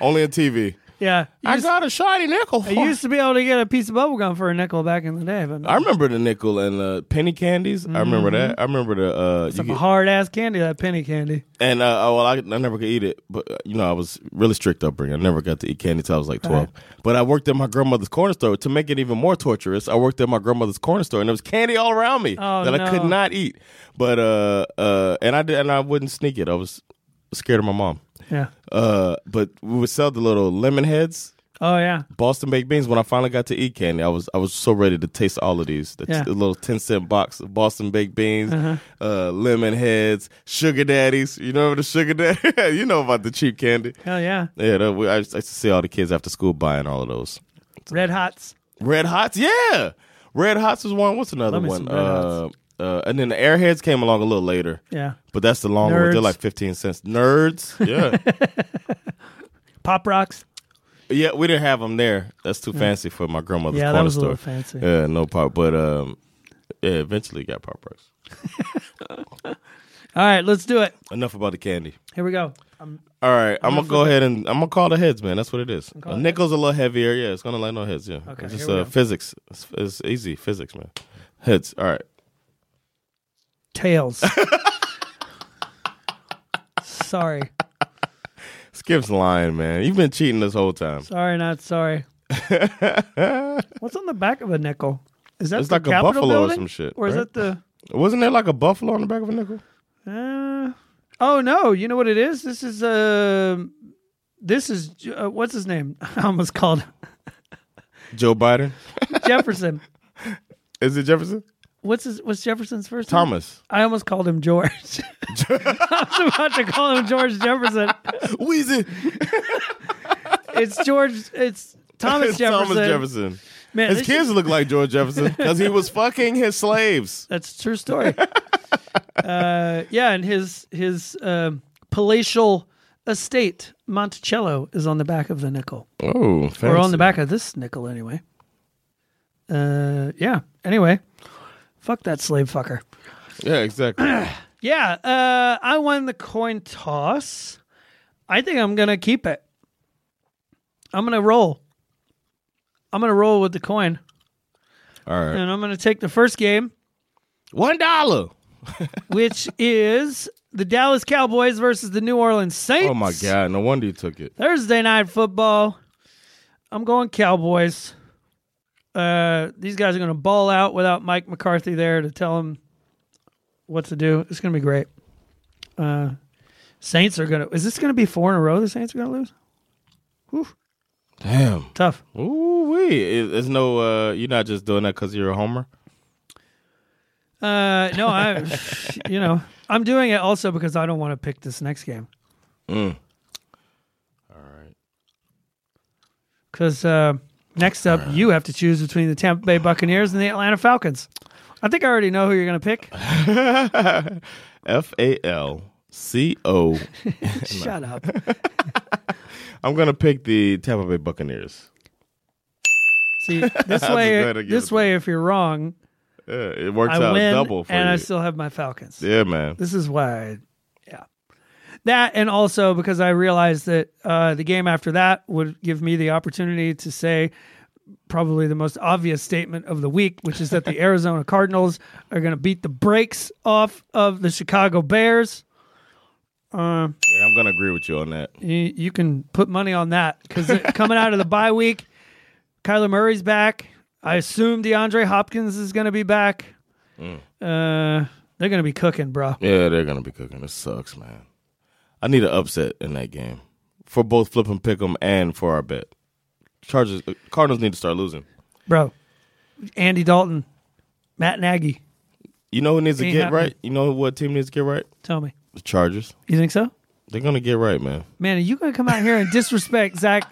B: only on TV.
C: Yeah. You
B: I
C: used-
B: got a shiny nickel.
C: I used to be able to get a piece of bubble gum for a nickel back in the day, but
B: I remember the nickel and the penny candies. I remember
C: Mm-hmm.
B: that. I remember the uh, you
C: some
B: get-
C: hard ass candy, that penny candy.
B: and uh, oh, well, I, I never could eat it, but uh, you know, I was really strict upbringing. I never got to eat candy till I was like twelve. But I worked at my grandmother's corner store to make it even more torturous. I worked at my grandmother's corner store, and there was candy all around me
C: Oh,
B: that I could
C: no.
B: not eat. But uh, uh, and I did, and I wouldn't sneak it. I was scared of my mom.
C: Yeah.
B: Uh, but we would sell the little lemon heads.
C: Oh yeah.
B: Boston baked beans. When I finally got to eat candy, I was I was so ready to taste all of these. The,
C: Yeah. Uh-huh.
B: the little ten cent box of Boston baked beans, uh lemon heads, sugar daddies. You know the sugar daddy. you know about the cheap candy.
C: Hell yeah.
B: Yeah, that, we, I used I used to see all the kids after school buying all of those.
C: Red hots.
B: Red Hots, yeah. Red Hots is one. What's another
C: Love me
B: one?
C: some Red
B: Uh, uh, and then the Airheads came along a little later.
C: Yeah.
B: But that's the long one. They're
C: Nerds.
B: like fifteen cents. Nerds, yeah,
C: Pop rocks.
B: yeah. We didn't have them there. That's too fancy for my grandmother's
C: Yeah, that
B: corner
C: was a
B: store.
C: little fancy.
B: Yeah, no pop, but um, yeah, eventually got pop rocks.
C: All right, let's do it.
B: Enough about the candy.
C: Here we go.
B: All right, I'm gonna go ahead and I'm gonna call the heads, man. That's what it is. A nickel's a little heavier. Yeah, it's gonna land on heads. Yeah,
C: Okay,
B: it's just
C: here we
B: uh,
C: go.
B: physics. It's, it's easy physics, man. Heads. All right.
C: Tails. sorry.
B: Skip's lying, man. You've been cheating this whole time.
C: Sorry, not sorry. What's on the back of a nickel? Is that
B: It's
C: the
B: like a
C: Capitol
B: buffalo or
C: building?
B: some shit,
C: Or is
B: right?
C: that the?
B: Wasn't there like a buffalo on the back of a nickel?
C: Uh, oh no! You know what it is? This is uh, this is uh, what's his name? I almost called
B: Joe Biden.
C: Jefferson.
B: Is it Jefferson?
C: What's his? What's Jefferson's first name?
B: Thomas.
C: I almost called him George. I was about to call him George Jefferson.
B: Weezy.
C: It's George. It's Thomas
B: It's
C: Jefferson.
B: Thomas Jefferson.
C: Man,
B: His
C: this
B: kids look like George Jefferson because he was fucking his slaves.
C: That's a true story. uh, yeah, and his his um, palatial estate Monticello is on the back of the nickel,
B: Oh,
C: or on the back of this nickel anyway. Uh, yeah. Anyway, fuck that slave fucker.
B: Yeah, exactly.
C: Yeah. Uh, I won the coin toss. I think I'm gonna keep it. I'm gonna roll. I'm gonna roll with the coin,
B: All right.
C: and I'm gonna take the first game.
B: One dollar.
C: which is the Dallas Cowboys versus the New Orleans Saints.
B: Oh my god! No wonder you took it.
C: Thursday night football. I'm going Cowboys. Uh, these guys are going to ball out without Mike McCarthy there to tell them what to do. It's going to be great. Uh, Saints are going to. Is this going to be four in a row? The Saints are going to lose.
B: Damn.
C: Tough.
B: Ooh wee. There's no. Uh, you're not just doing that because you're a homer.
C: Uh, no, I. you know, I'm doing it also because I don't want to pick this next game.
B: Mm. All right.
C: because uh, next up you have to choose between the Tampa Bay Buccaneers and the Atlanta Falcons. I think I already know who you're going to pick.
B: F A L C O.
C: Shut up.
B: I'm gonna pick the Tampa Bay Buccaneers.
C: See this
B: glad I
C: way.
B: gave it
C: This
B: to
C: way, if you're wrong,
B: Yeah, Uh, it works
C: I
B: out
C: win,
B: double for
C: and I
B: you.
C: still have my Falcons.
B: yeah, man.
C: This is why, I, yeah. That and also because I realized that uh, the game after that would give me the opportunity to say probably the most obvious statement of the week, which is that the Arizona Cardinals are going to beat the brakes off of the Chicago Bears.
B: Yeah, I'm gonna agree with you on that.
C: you, you can put money on that because coming out of the bye week, Kyler Murray's back. I assume DeAndre Hopkins is going to be back. Uh, they're going to be cooking, bro.
B: Yeah, they're gonna be cooking. This sucks, man. I need an upset in that game for both flip and pick 'em and for our bet. Chargers, uh, Cardinals need to start losing.
C: Bro, Andy Dalton, Matt Nagy,
B: You know who needs to
C: Ain't
B: get
C: happening.
B: right? You know what team needs to get right?
C: tell me.
B: The Chargers.
C: You think so?
B: They're gonna get right, man.
C: Man, are you going to come out here and disrespect Zach?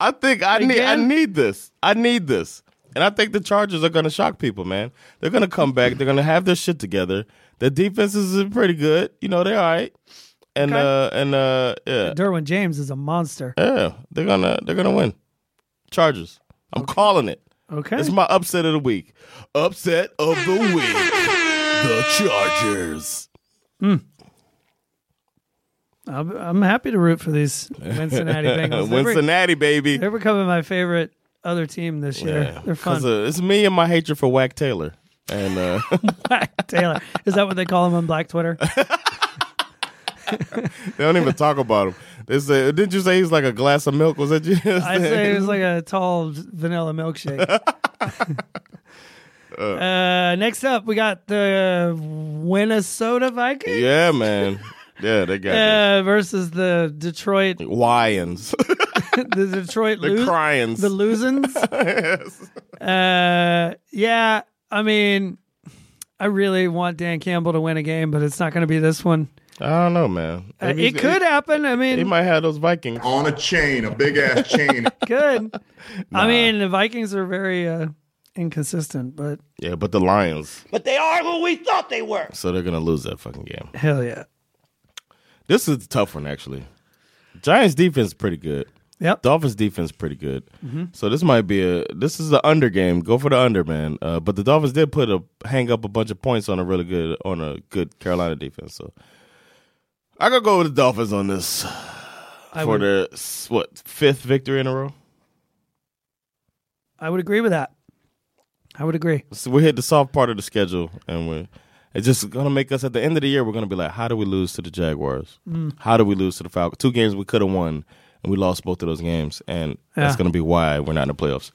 B: I think I need I
C: Again?
B: need this. I need this. And I think the Chargers are gonna shock people, man. They're gonna come back. They're gonna have their shit together. Their defenses are pretty good. You know, they're all right. And
C: Okay.
B: uh and uh yeah.
C: Derwin James is a monster.
B: Yeah. They're gonna they're gonna win. Chargers. I'm calling it.
C: Okay.
B: It's my upset of the week. Upset of the week. The Chargers.
C: I'm, I'm happy to root for these Cincinnati Bengals. They're re-
B: Uh, Cincinnati, baby.
C: They're becoming my favorite other team this year. They're
B: 'Cause,
C: fun.
B: uh, it's me and my hatred for Whack Taylor. And uh,
C: Taylor, is that what they call him on Black Twitter?
B: they don't even talk about him. They say, didn't you say he's like a glass of milk? Was that you?
C: I'd say it was like a tall vanilla milkshake. uh, next up, we got the Minnesota Vikings
B: yeah, man. Yeah, they got this.
C: uh, versus the Detroit,
B: Wyans.
C: the Detroit
B: the
C: Lo-
B: Cryans.
C: the losins. Uh, yeah, I mean, I really want Dan Campbell to win a game, but it's not going to be this one.
B: I don't know, man.
C: Uh,
B: Maybe
C: it
B: he's-
C: could happen. I
B: He, he
C: mean,
B: might have those Vikings.
C: Uh,
F: on a chain, a big ass chain.
C: could. I mean, the Vikings are very uh, inconsistent, but
B: Yeah, but the Lions.
D: But they are who we thought they were.
B: So they're gonna lose that fucking game.
C: hell yeah.
B: This is a tough one, actually. Giants defense is pretty good.
C: Yep.
B: Dolphins defense pretty good.
C: Mm-hmm.
B: So this might be a this is the under game. Go for the under, man. Uh, but the Dolphins did put a hang up a bunch of points on a really good on a good Carolina defense. So I could go with the Dolphins on this
C: I
B: for
C: would,
B: their s- what fifth victory in a row.
C: I would agree with that. I would agree.
B: So we hit the soft part of the schedule, and we're it's just gonna make us at the end of the year. We're gonna be like, how do we lose to the Jaguars? How do we lose to the Falcons? Two games we could have won, and we lost both of those games, and that's
C: Yeah.
B: gonna be why we're not in the playoffs.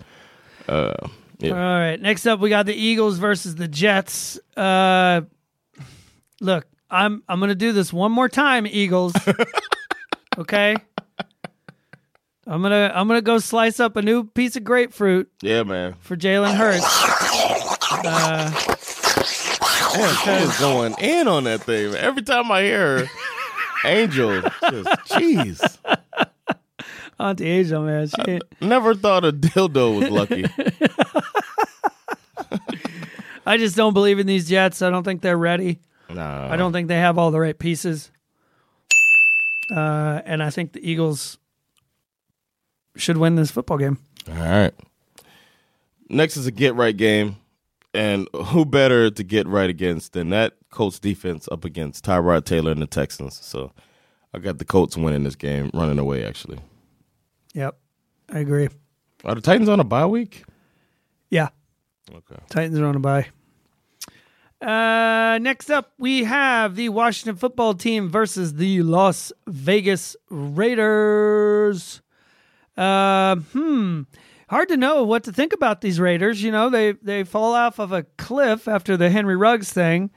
C: All right. Next up, we got the Eagles versus the Jets. Uh, look, I'm I'm gonna do this one more time, Eagles. okay. I'm gonna I'm gonna go slice up a new piece of grapefruit
B: Yeah, man.
C: for Jalen Hurts.
B: Damn, Kai's going in on that thing. man. Every time I hear her, Angel, just jeez.
C: Auntie Angel, man, she ain't-
B: Never thought a dildo was lucky.
C: I just don't believe in these Jets. I don't think they're ready.
B: Nah,
C: I don't think they have all the right pieces. Uh, and I think the Eagles should win this football game.
B: All right. Next is a get right game. And who better to get right against than that Colts defense up against Tyrod Taylor and the Texans? So I got the Colts winning this game, running away, actually.
C: Yep, I agree.
B: Are the Titans on a bye week?
C: Yeah.
B: Okay.
C: Titans are on a bye. Uh, next up, we have the Washington football team versus the Las Vegas Raiders. Uh, hmm. Hard to know what to think about these Raiders. You know, they, they fall off of a cliff after the Henry Ruggs thing,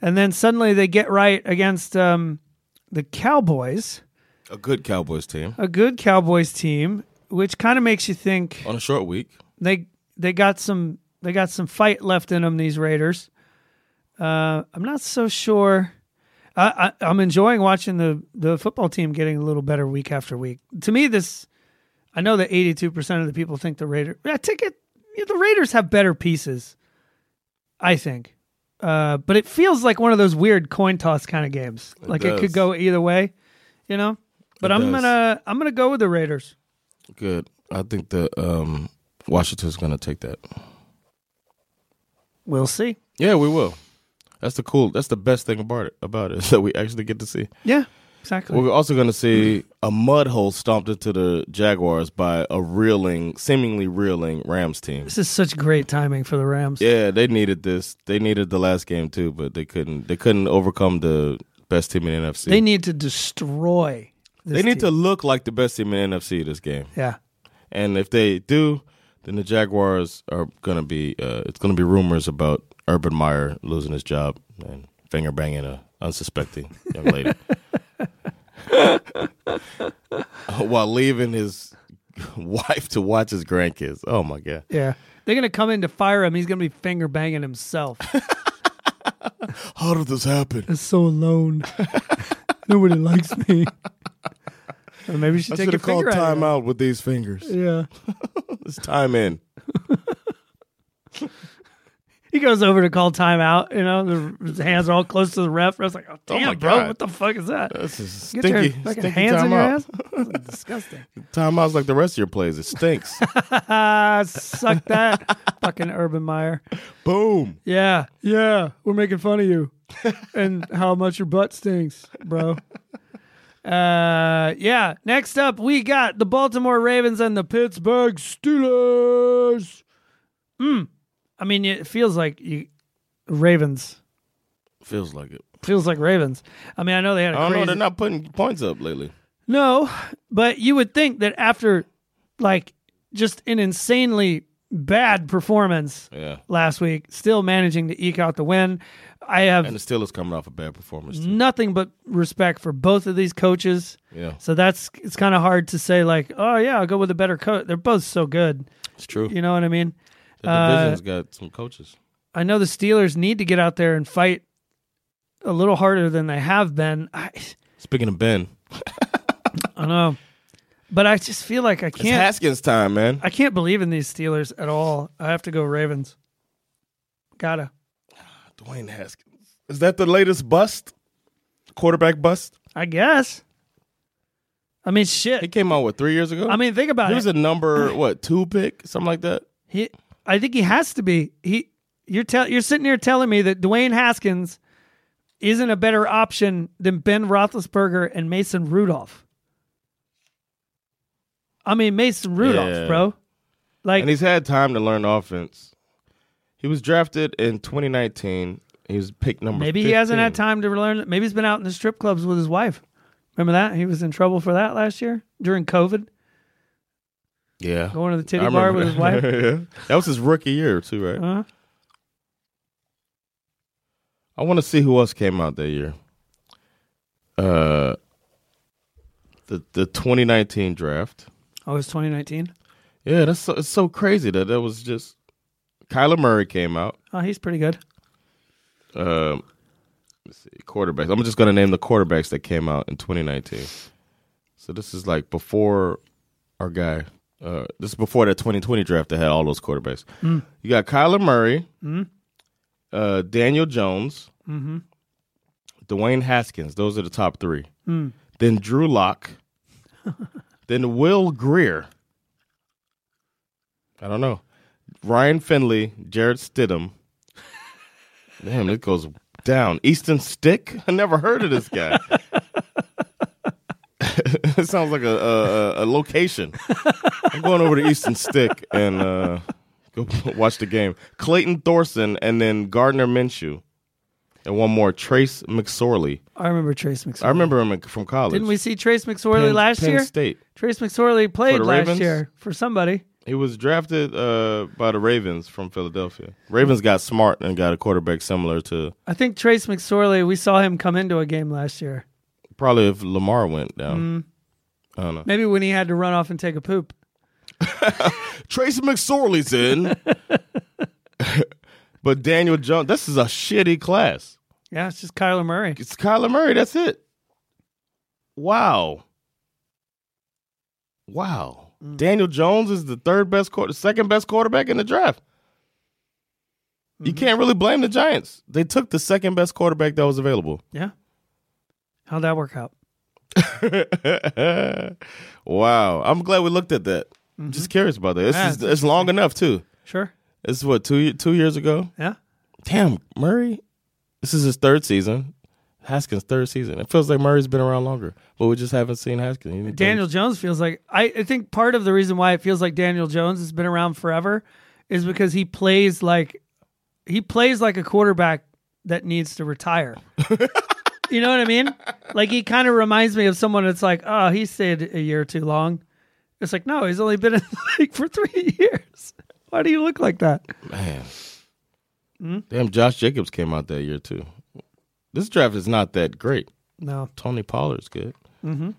C: and then suddenly they get right against um, the Cowboys,
B: A good Cowboys team
C: a good Cowboys team, which kind of makes you think
B: on a short week.
C: they they got some they got some fight left in them. These Raiders. Uh, I'm not so sure. I, I, I'm enjoying watching the the football team getting a little better week after week. To me, this I know that 82 percent of the people think the Raiders. I think it yeah, the Raiders have better pieces. I think. Uh, but it feels like one of those weird coin toss kind of games. like it
B: does.
C: could go either way, you know. But
B: It does.
C: I'm gonna I'm gonna go with the Raiders.
B: Good. I think the um, Washington's going to take that.
C: We'll see.
B: Yeah, we will. That's the cool. That's the best thing about it. About it is that we actually get to see.
C: Yeah, exactly.
B: We're also going to see a mud hole stomped into the Jaguars by a reeling, seemingly reeling Rams team.
C: This is such great timing for the Rams.
B: Yeah, they needed this. They needed the last game too, but they couldn't. They couldn't overcome the best team in the NFC.
C: They need to destroy. This
B: They need to look like the best team in the NFC this game.
C: to. Yeah.
B: And if they do, then the Jaguars are going to be. Uh, it's going to be rumors about Urban Meyer losing his job and finger banging a unsuspecting young lady while leaving his wife to watch his grandkids. Oh my god!
C: Yeah. They're gonna come in to fire him. He's gonna be finger banging himself.
B: How did this happen?
C: I'm so alone. Nobody likes me. Or maybe you should
B: I
C: take
B: should
C: your
B: have called
C: finger out.
B: time out with these fingers.
C: of it. Yeah.
B: It's time in.
C: He goes over to call time out. You know, the, his hands are all close to the ref. I was like, oh, damn,
B: my
C: bro,
B: God.
C: what the fuck is that?
B: This is
C: Get
B: stinky.
C: your fucking
B: stinky
C: hands in your
B: timeout.
C: ass. That's disgusting.
B: Timeout's like the rest of your plays. It stinks.
C: Ah, suck that, fucking Urban Meyer.
B: Boom.
C: Yeah. Yeah. We're making fun of you and how much your butt stinks, bro. Uh, yeah. Next up, we got the Baltimore Ravens and the Pittsburgh Steelers. Mm. I mean, it feels like you, Ravens.
B: Feels like it.
C: Feels like Ravens. I mean, I know they had a
B: I don't know.
C: crazy.
B: They're not putting points up lately.
C: No, but you would think that after like just an insanely bad performance
B: Yeah.
C: last week, still managing to eke out the win, I have
B: And the Steelers coming off a bad performance. Too.
C: nothing but respect for both of these coaches.
B: Yeah,
C: So that's it's kind of hard to say like, oh yeah, I'll go with a better coach. They're both so good.
B: it's true.
C: You know what I mean?
B: the
C: Uh,
B: division's got some coaches.
C: I know the Steelers need to get out there and fight a little harder than they have been. I,
B: Speaking of Ben,
C: I know, but I just feel like I
B: it's
C: can't.
B: Haskins time, man.
C: I can't believe in these Steelers at all. I have to go Ravens. Gotta.
B: Dwayne Haskins. Is that the latest bust? Quarterback bust?
C: I guess. I mean,
B: He
C: shit.
B: came out what three years ago.
C: I mean, think about
B: he
C: it.
B: was a number what two pick, something like that.
C: he, I think he has to be. He, you're tell, you're sitting here telling me that Dwayne Haskins isn't a better option than Ben Roethlisberger and Mason Rudolph. I mean, Mason Rudolph,
B: Yeah.
C: bro. Like,
B: And he's had time to learn offense. He was drafted in 2019. He was pick number.
C: Maybe he hasn't had
B: 15.
C: time to learn. Maybe he's been out in the strip clubs with his wife. Remember that he was in trouble for that last year during COVID,
B: Yeah,
C: going to the
B: I
C: titty bar
B: remember
C: with his wife.
B: that. Yeah. That was his rookie year too, right?
C: Huh?
B: I want to see who else came out that year. Uh, the the 2019 draft.
C: Oh, it was 2019.
B: Yeah, that's so, it's so crazy that that was just Kyler Murray came out.
C: Oh, he's pretty good.
B: Um, let's see, quarterbacks. I'm just gonna name the quarterbacks that came out in 2019. So this is like before our guy. Uh, this is before that 2020 draft that had all those quarterbacks. You got Kyler Murray, uh, Daniel Jones, Dwayne Haskins. Those are the top three. Then Drew Lock, then Will Greer. I don't know. Ryan Finley, Jared Stidham. Damn, it goes down. Easton Stick? I never heard of this guy. it sounds like a, a, a- a location. I'm going over to Easton Stick and uh, go watch the game. Clayton Thorson and then Gardner Minshew. And one more, Trace McSorley.
C: I remember Trace McSorley.
B: I remember him from college.
C: Didn't we see Trace McSorley
B: Penn,
C: last
B: Penn
C: year?
B: State.
C: Trace McSorley played
B: For the
C: last
B: Ravens?
C: year for somebody.
B: He was drafted uh, by the Ravens from Philadelphia. Ravens got smart and got a quarterback similar to
C: I think Trace McSorley. We saw him come into a game last year.
B: probably if Lamar went
C: Mm-hmm.
B: down. I don't know.
C: Maybe when he had to run off and take a poop.
B: Tracy McSorley's in. but Daniel Jones, this is a shitty class.
C: Yeah, it's just Kyler Murray.
B: It's Kyler Murray, that's it. Wow. Wow. Daniel Jones is the third best quarter, second best quarterback in the draft. You can't really blame the Giants. They took the second best quarterback that was available.
C: Yeah. How'd that work out?
B: wow. I'm glad we looked at that. Just curious about that. It's,
C: Yeah,
B: it's,
C: it's
B: it's long enough too.
C: Sure.
B: It's what two ye- two years ago.
C: Yeah.
B: damn Murray. This is his third season. Haskins' third season. It feels like Murray's been around longer, but we just haven't seen Haskins. He's been-
C: Daniel Jones feels like I, I think part of the reason why it feels like Daniel Jones has been around forever is because he plays like he plays like a quarterback that needs to retire. you know what I mean? Like he kind of reminds me of someone that's like, oh, he stayed a year too long. It's like, no, he's only been in the league for three years. Why do you look like that?
B: man. Damn, Josh Jacobs came out that year too. This draft is not that great.
C: No.
B: Tony Pollard's good. Mm-hmm.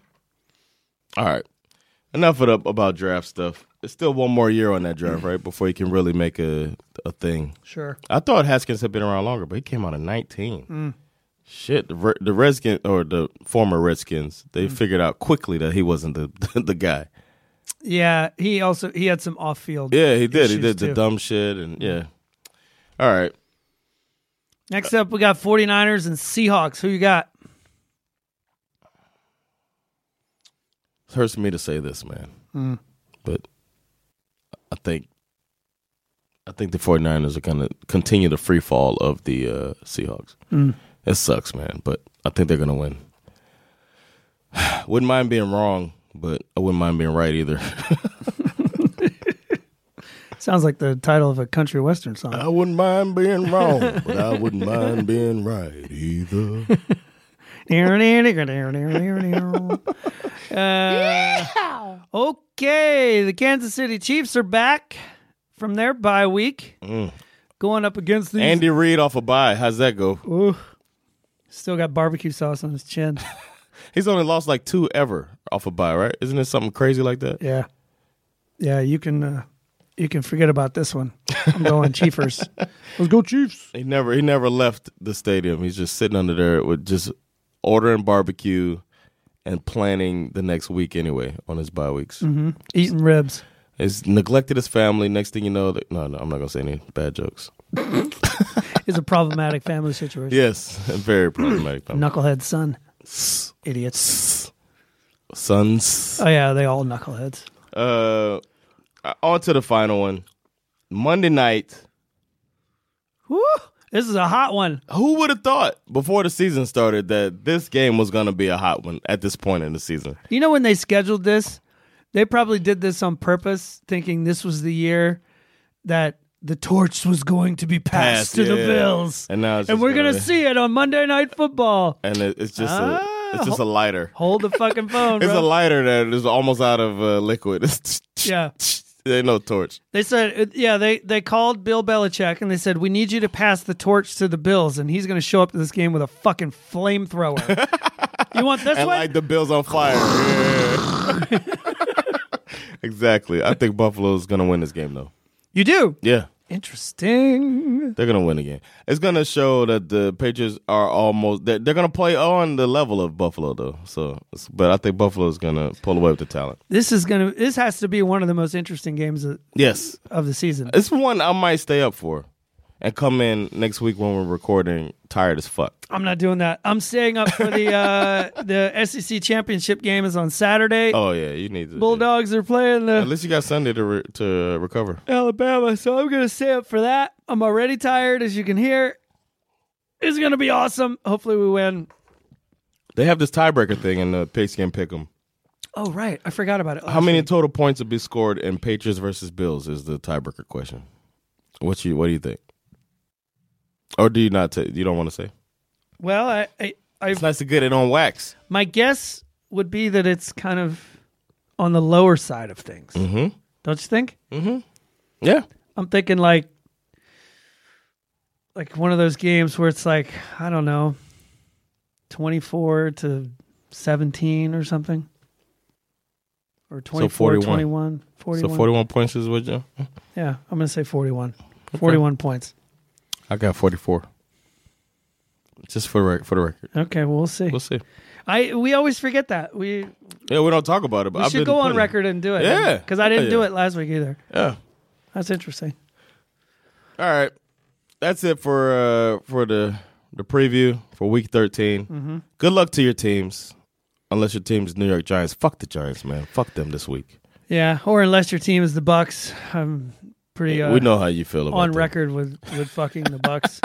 B: right, enough of the, about draft stuff. It's still one more year on that draft, right? Before you can really make a a thing.
C: Sure.
B: I thought Haskins had been around longer, but he came out in 19.
C: Mm.
B: Shit, the, Re- the Redskins or the former Redskins,
C: Mm.
B: they figured out quickly that he wasn't the the, guy.
C: Yeah. He also he had some off field.
B: Yeah, he did. he
C: Issues,
B: did
C: too. Mm.
B: the dumb shit and yeah. All right.
C: Next up we got 49ers and Seahawks. Who you got?
B: It hurts me to say this, man.
C: Mm.
B: But I think I think the 49ers are going to continue the free fall of
C: Mm.
B: the uh, Seahawks. It sucks, man, but I think they're going to win. Wouldn't mind being wrong, but I wouldn't mind being right either.
C: Sounds like the title of a country western song.
B: I wouldn't mind being wrong, but I wouldn't mind being right either.
C: uh, okay, the Kansas City Chiefs are back from their bye week, going up against the
B: Andy Reid off a bye. How's that go?
C: Still got barbecue sauce on his chin.
B: He's only lost like two ever off a bye, right? Isn't it something crazy like that?
C: Yeah, yeah, you can uh, you can forget about this one. I'm going Chiefers. Let's go Chiefs.
B: He never he never left the stadium. He's just sitting under there with just ordering barbecue and planning the next week anyway on his bye weeks.
C: Eating ribs.
B: He's neglected his family. Next thing you know, that, no, no, I'm not gonna say any bad jokes.
C: is a problematic family situation.
B: Yes, very problematic.
C: Knucklehead son. Idiots.
B: Sons.
C: Oh yeah, they all knuckleheads.
B: Uh, on to the final one. Monday night.
C: Woo! This is a hot one.
B: Who would have thought before the season started that this game was gonna be a hot one at this point in the season?
C: You know when they scheduled this, they probably did this on purpose, thinking this was the year that the torch was going to be passed
B: Passed,
C: to the
B: yeah.
C: Bills,
B: And now it's
C: and
B: just
C: we're gonna
B: gonna be-
C: see it on Monday Night Football.
B: And it, it's just
C: Ah,
B: a it's just a lighter.
C: Hold the fucking phone,
B: It's
C: bro.
B: a lighter that is almost out of uh, liquid. It's
C: Yeah.
B: there ain't no torch.
C: They said, uh, yeah, they, they called Bill Belichick and they said, we need you to pass the torch to the Bills, and he's going to show up to this game with a fucking flamethrower. you want this
B: And
C: one?
B: like the Bills on fire. Yeah. exactly. I think Buffalo's gonna win this game though.
C: you do.
B: Yeah.
C: Interesting.
B: They're gonna win again. It's gonna show that the Patriots are almost. They're, they're gonna play on the level of Buffalo though. So, but I think Buffalo's gonna pull away with the talent.
C: This is going to, this has to be one of the most interesting games uh, of,
B: Yes,
C: of the season.
B: it's one I might stay up for, and come in next week when we're recording tired as fuck.
C: I'm not doing that. I'm staying up for the, uh, the SEC championship game is on Saturday.
B: Oh yeah, you need to.
C: Bulldogs are playing
B: At
C: the
B: least you got Sunday to re- to recover.
C: Alabama, so I'm going to stay up for that. I'm already tired, as you can hear. It's going to be awesome. Hopefully we win.
B: They have this tiebreaker thing in the pigskin pick'em.
C: Oh right, I forgot about it.
B: How many total points would be scored in Patriots versus Bills is the tiebreaker question. What you What do you think? Or do you not? ta- you don't want to say.
C: Well, I, I, I,
B: It's nice to get it on wax.
C: my guess would be that it's kind of on the lower side of things. Mm-hmm. Don't you think?
B: Yeah.
C: I'm thinking like, like one of those games where it's like I don't know, twenty four to seventeen or something, or 24,
B: 41.
C: 21, 41.
B: So 41 points is what you.
C: Yeah, I'm gonna say forty one. Forty one points.
B: I got 44. Just for the rec- for the record,
C: Okay, well, we'll see.
B: we'll see.
C: I we always forget that we
B: Yeah, we don't talk about it, but
C: We
B: I've
C: should
B: been
C: go on
B: putting-
C: record and do it.
B: Yeah.
C: Because I didn't
B: Yeah.
C: do it last week either.
B: Yeah.
C: That's interesting.
B: All right, that's it for uh for the the preview for week 13.
C: Mm-hmm.
B: Good luck to your teams, unless your team's New York Giants. Fuck the Giants, man. Fuck them this week.
C: Yeah. Or unless your team is the Bucks. I'm pretty uh,
B: we know how you feel about
C: on
B: them.
C: record with, with fucking the Bucks.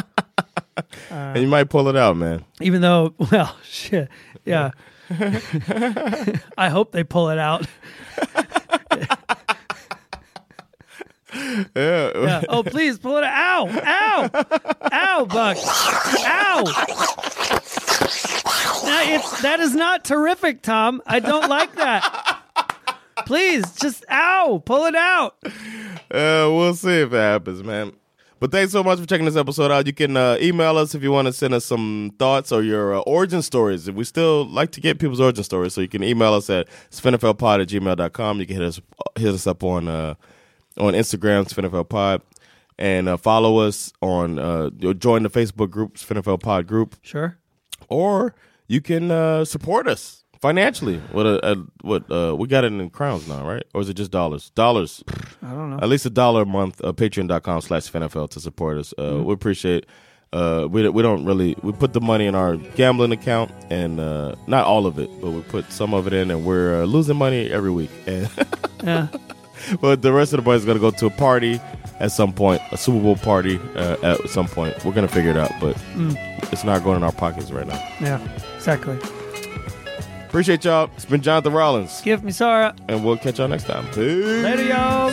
B: and you might pull it out, man.
C: Even though, well, shit. Yeah. I hope they pull it out.
B: Yeah,
C: Yeah. Oh, please pull it out. Ow. Ow. Ow, Bucks. Ow. That, it's, that is not terrific, Tom. I don't like that. Please, just ow, pull it out.
B: Uh, we'll see if it happens, man. But thanks so much for checking this episode out. You can uh, email us if you want to send us some thoughts or your uh, origin stories. We still like to get people's origin stories, so you can email us at spinflpod at gmail.com. You can hit us hit us up on uh, on Instagram, spinflpod, and uh, follow us on, uh, join the Facebook group, Spinfl Pod group
C: Sure.
B: or you can uh, support us financially. What a, a what uh, we got it in crowns now, right? Or is it just dollars? Dollars. I don't know. At least a dollar a month. Uh, Patreon.com slash FNFL to support us. Uh, We appreciate. Uh, we we don't really we put the money in our gambling account and uh, not all of it, but we put some of it in, and we're uh, losing money every week. And
C: Yeah.
B: but the rest of the money is gonna go to a party at some point, a Super Bowl party uh, at some point. We're gonna Mm. figure it out, but it's not going in our pockets right now.
C: Yeah, exactly.
B: Appreciate y'all. It's been Jonathan Rollins,
C: Give me Sarah.
B: and we'll catch y'all next time. Peace.
C: Later, y'all.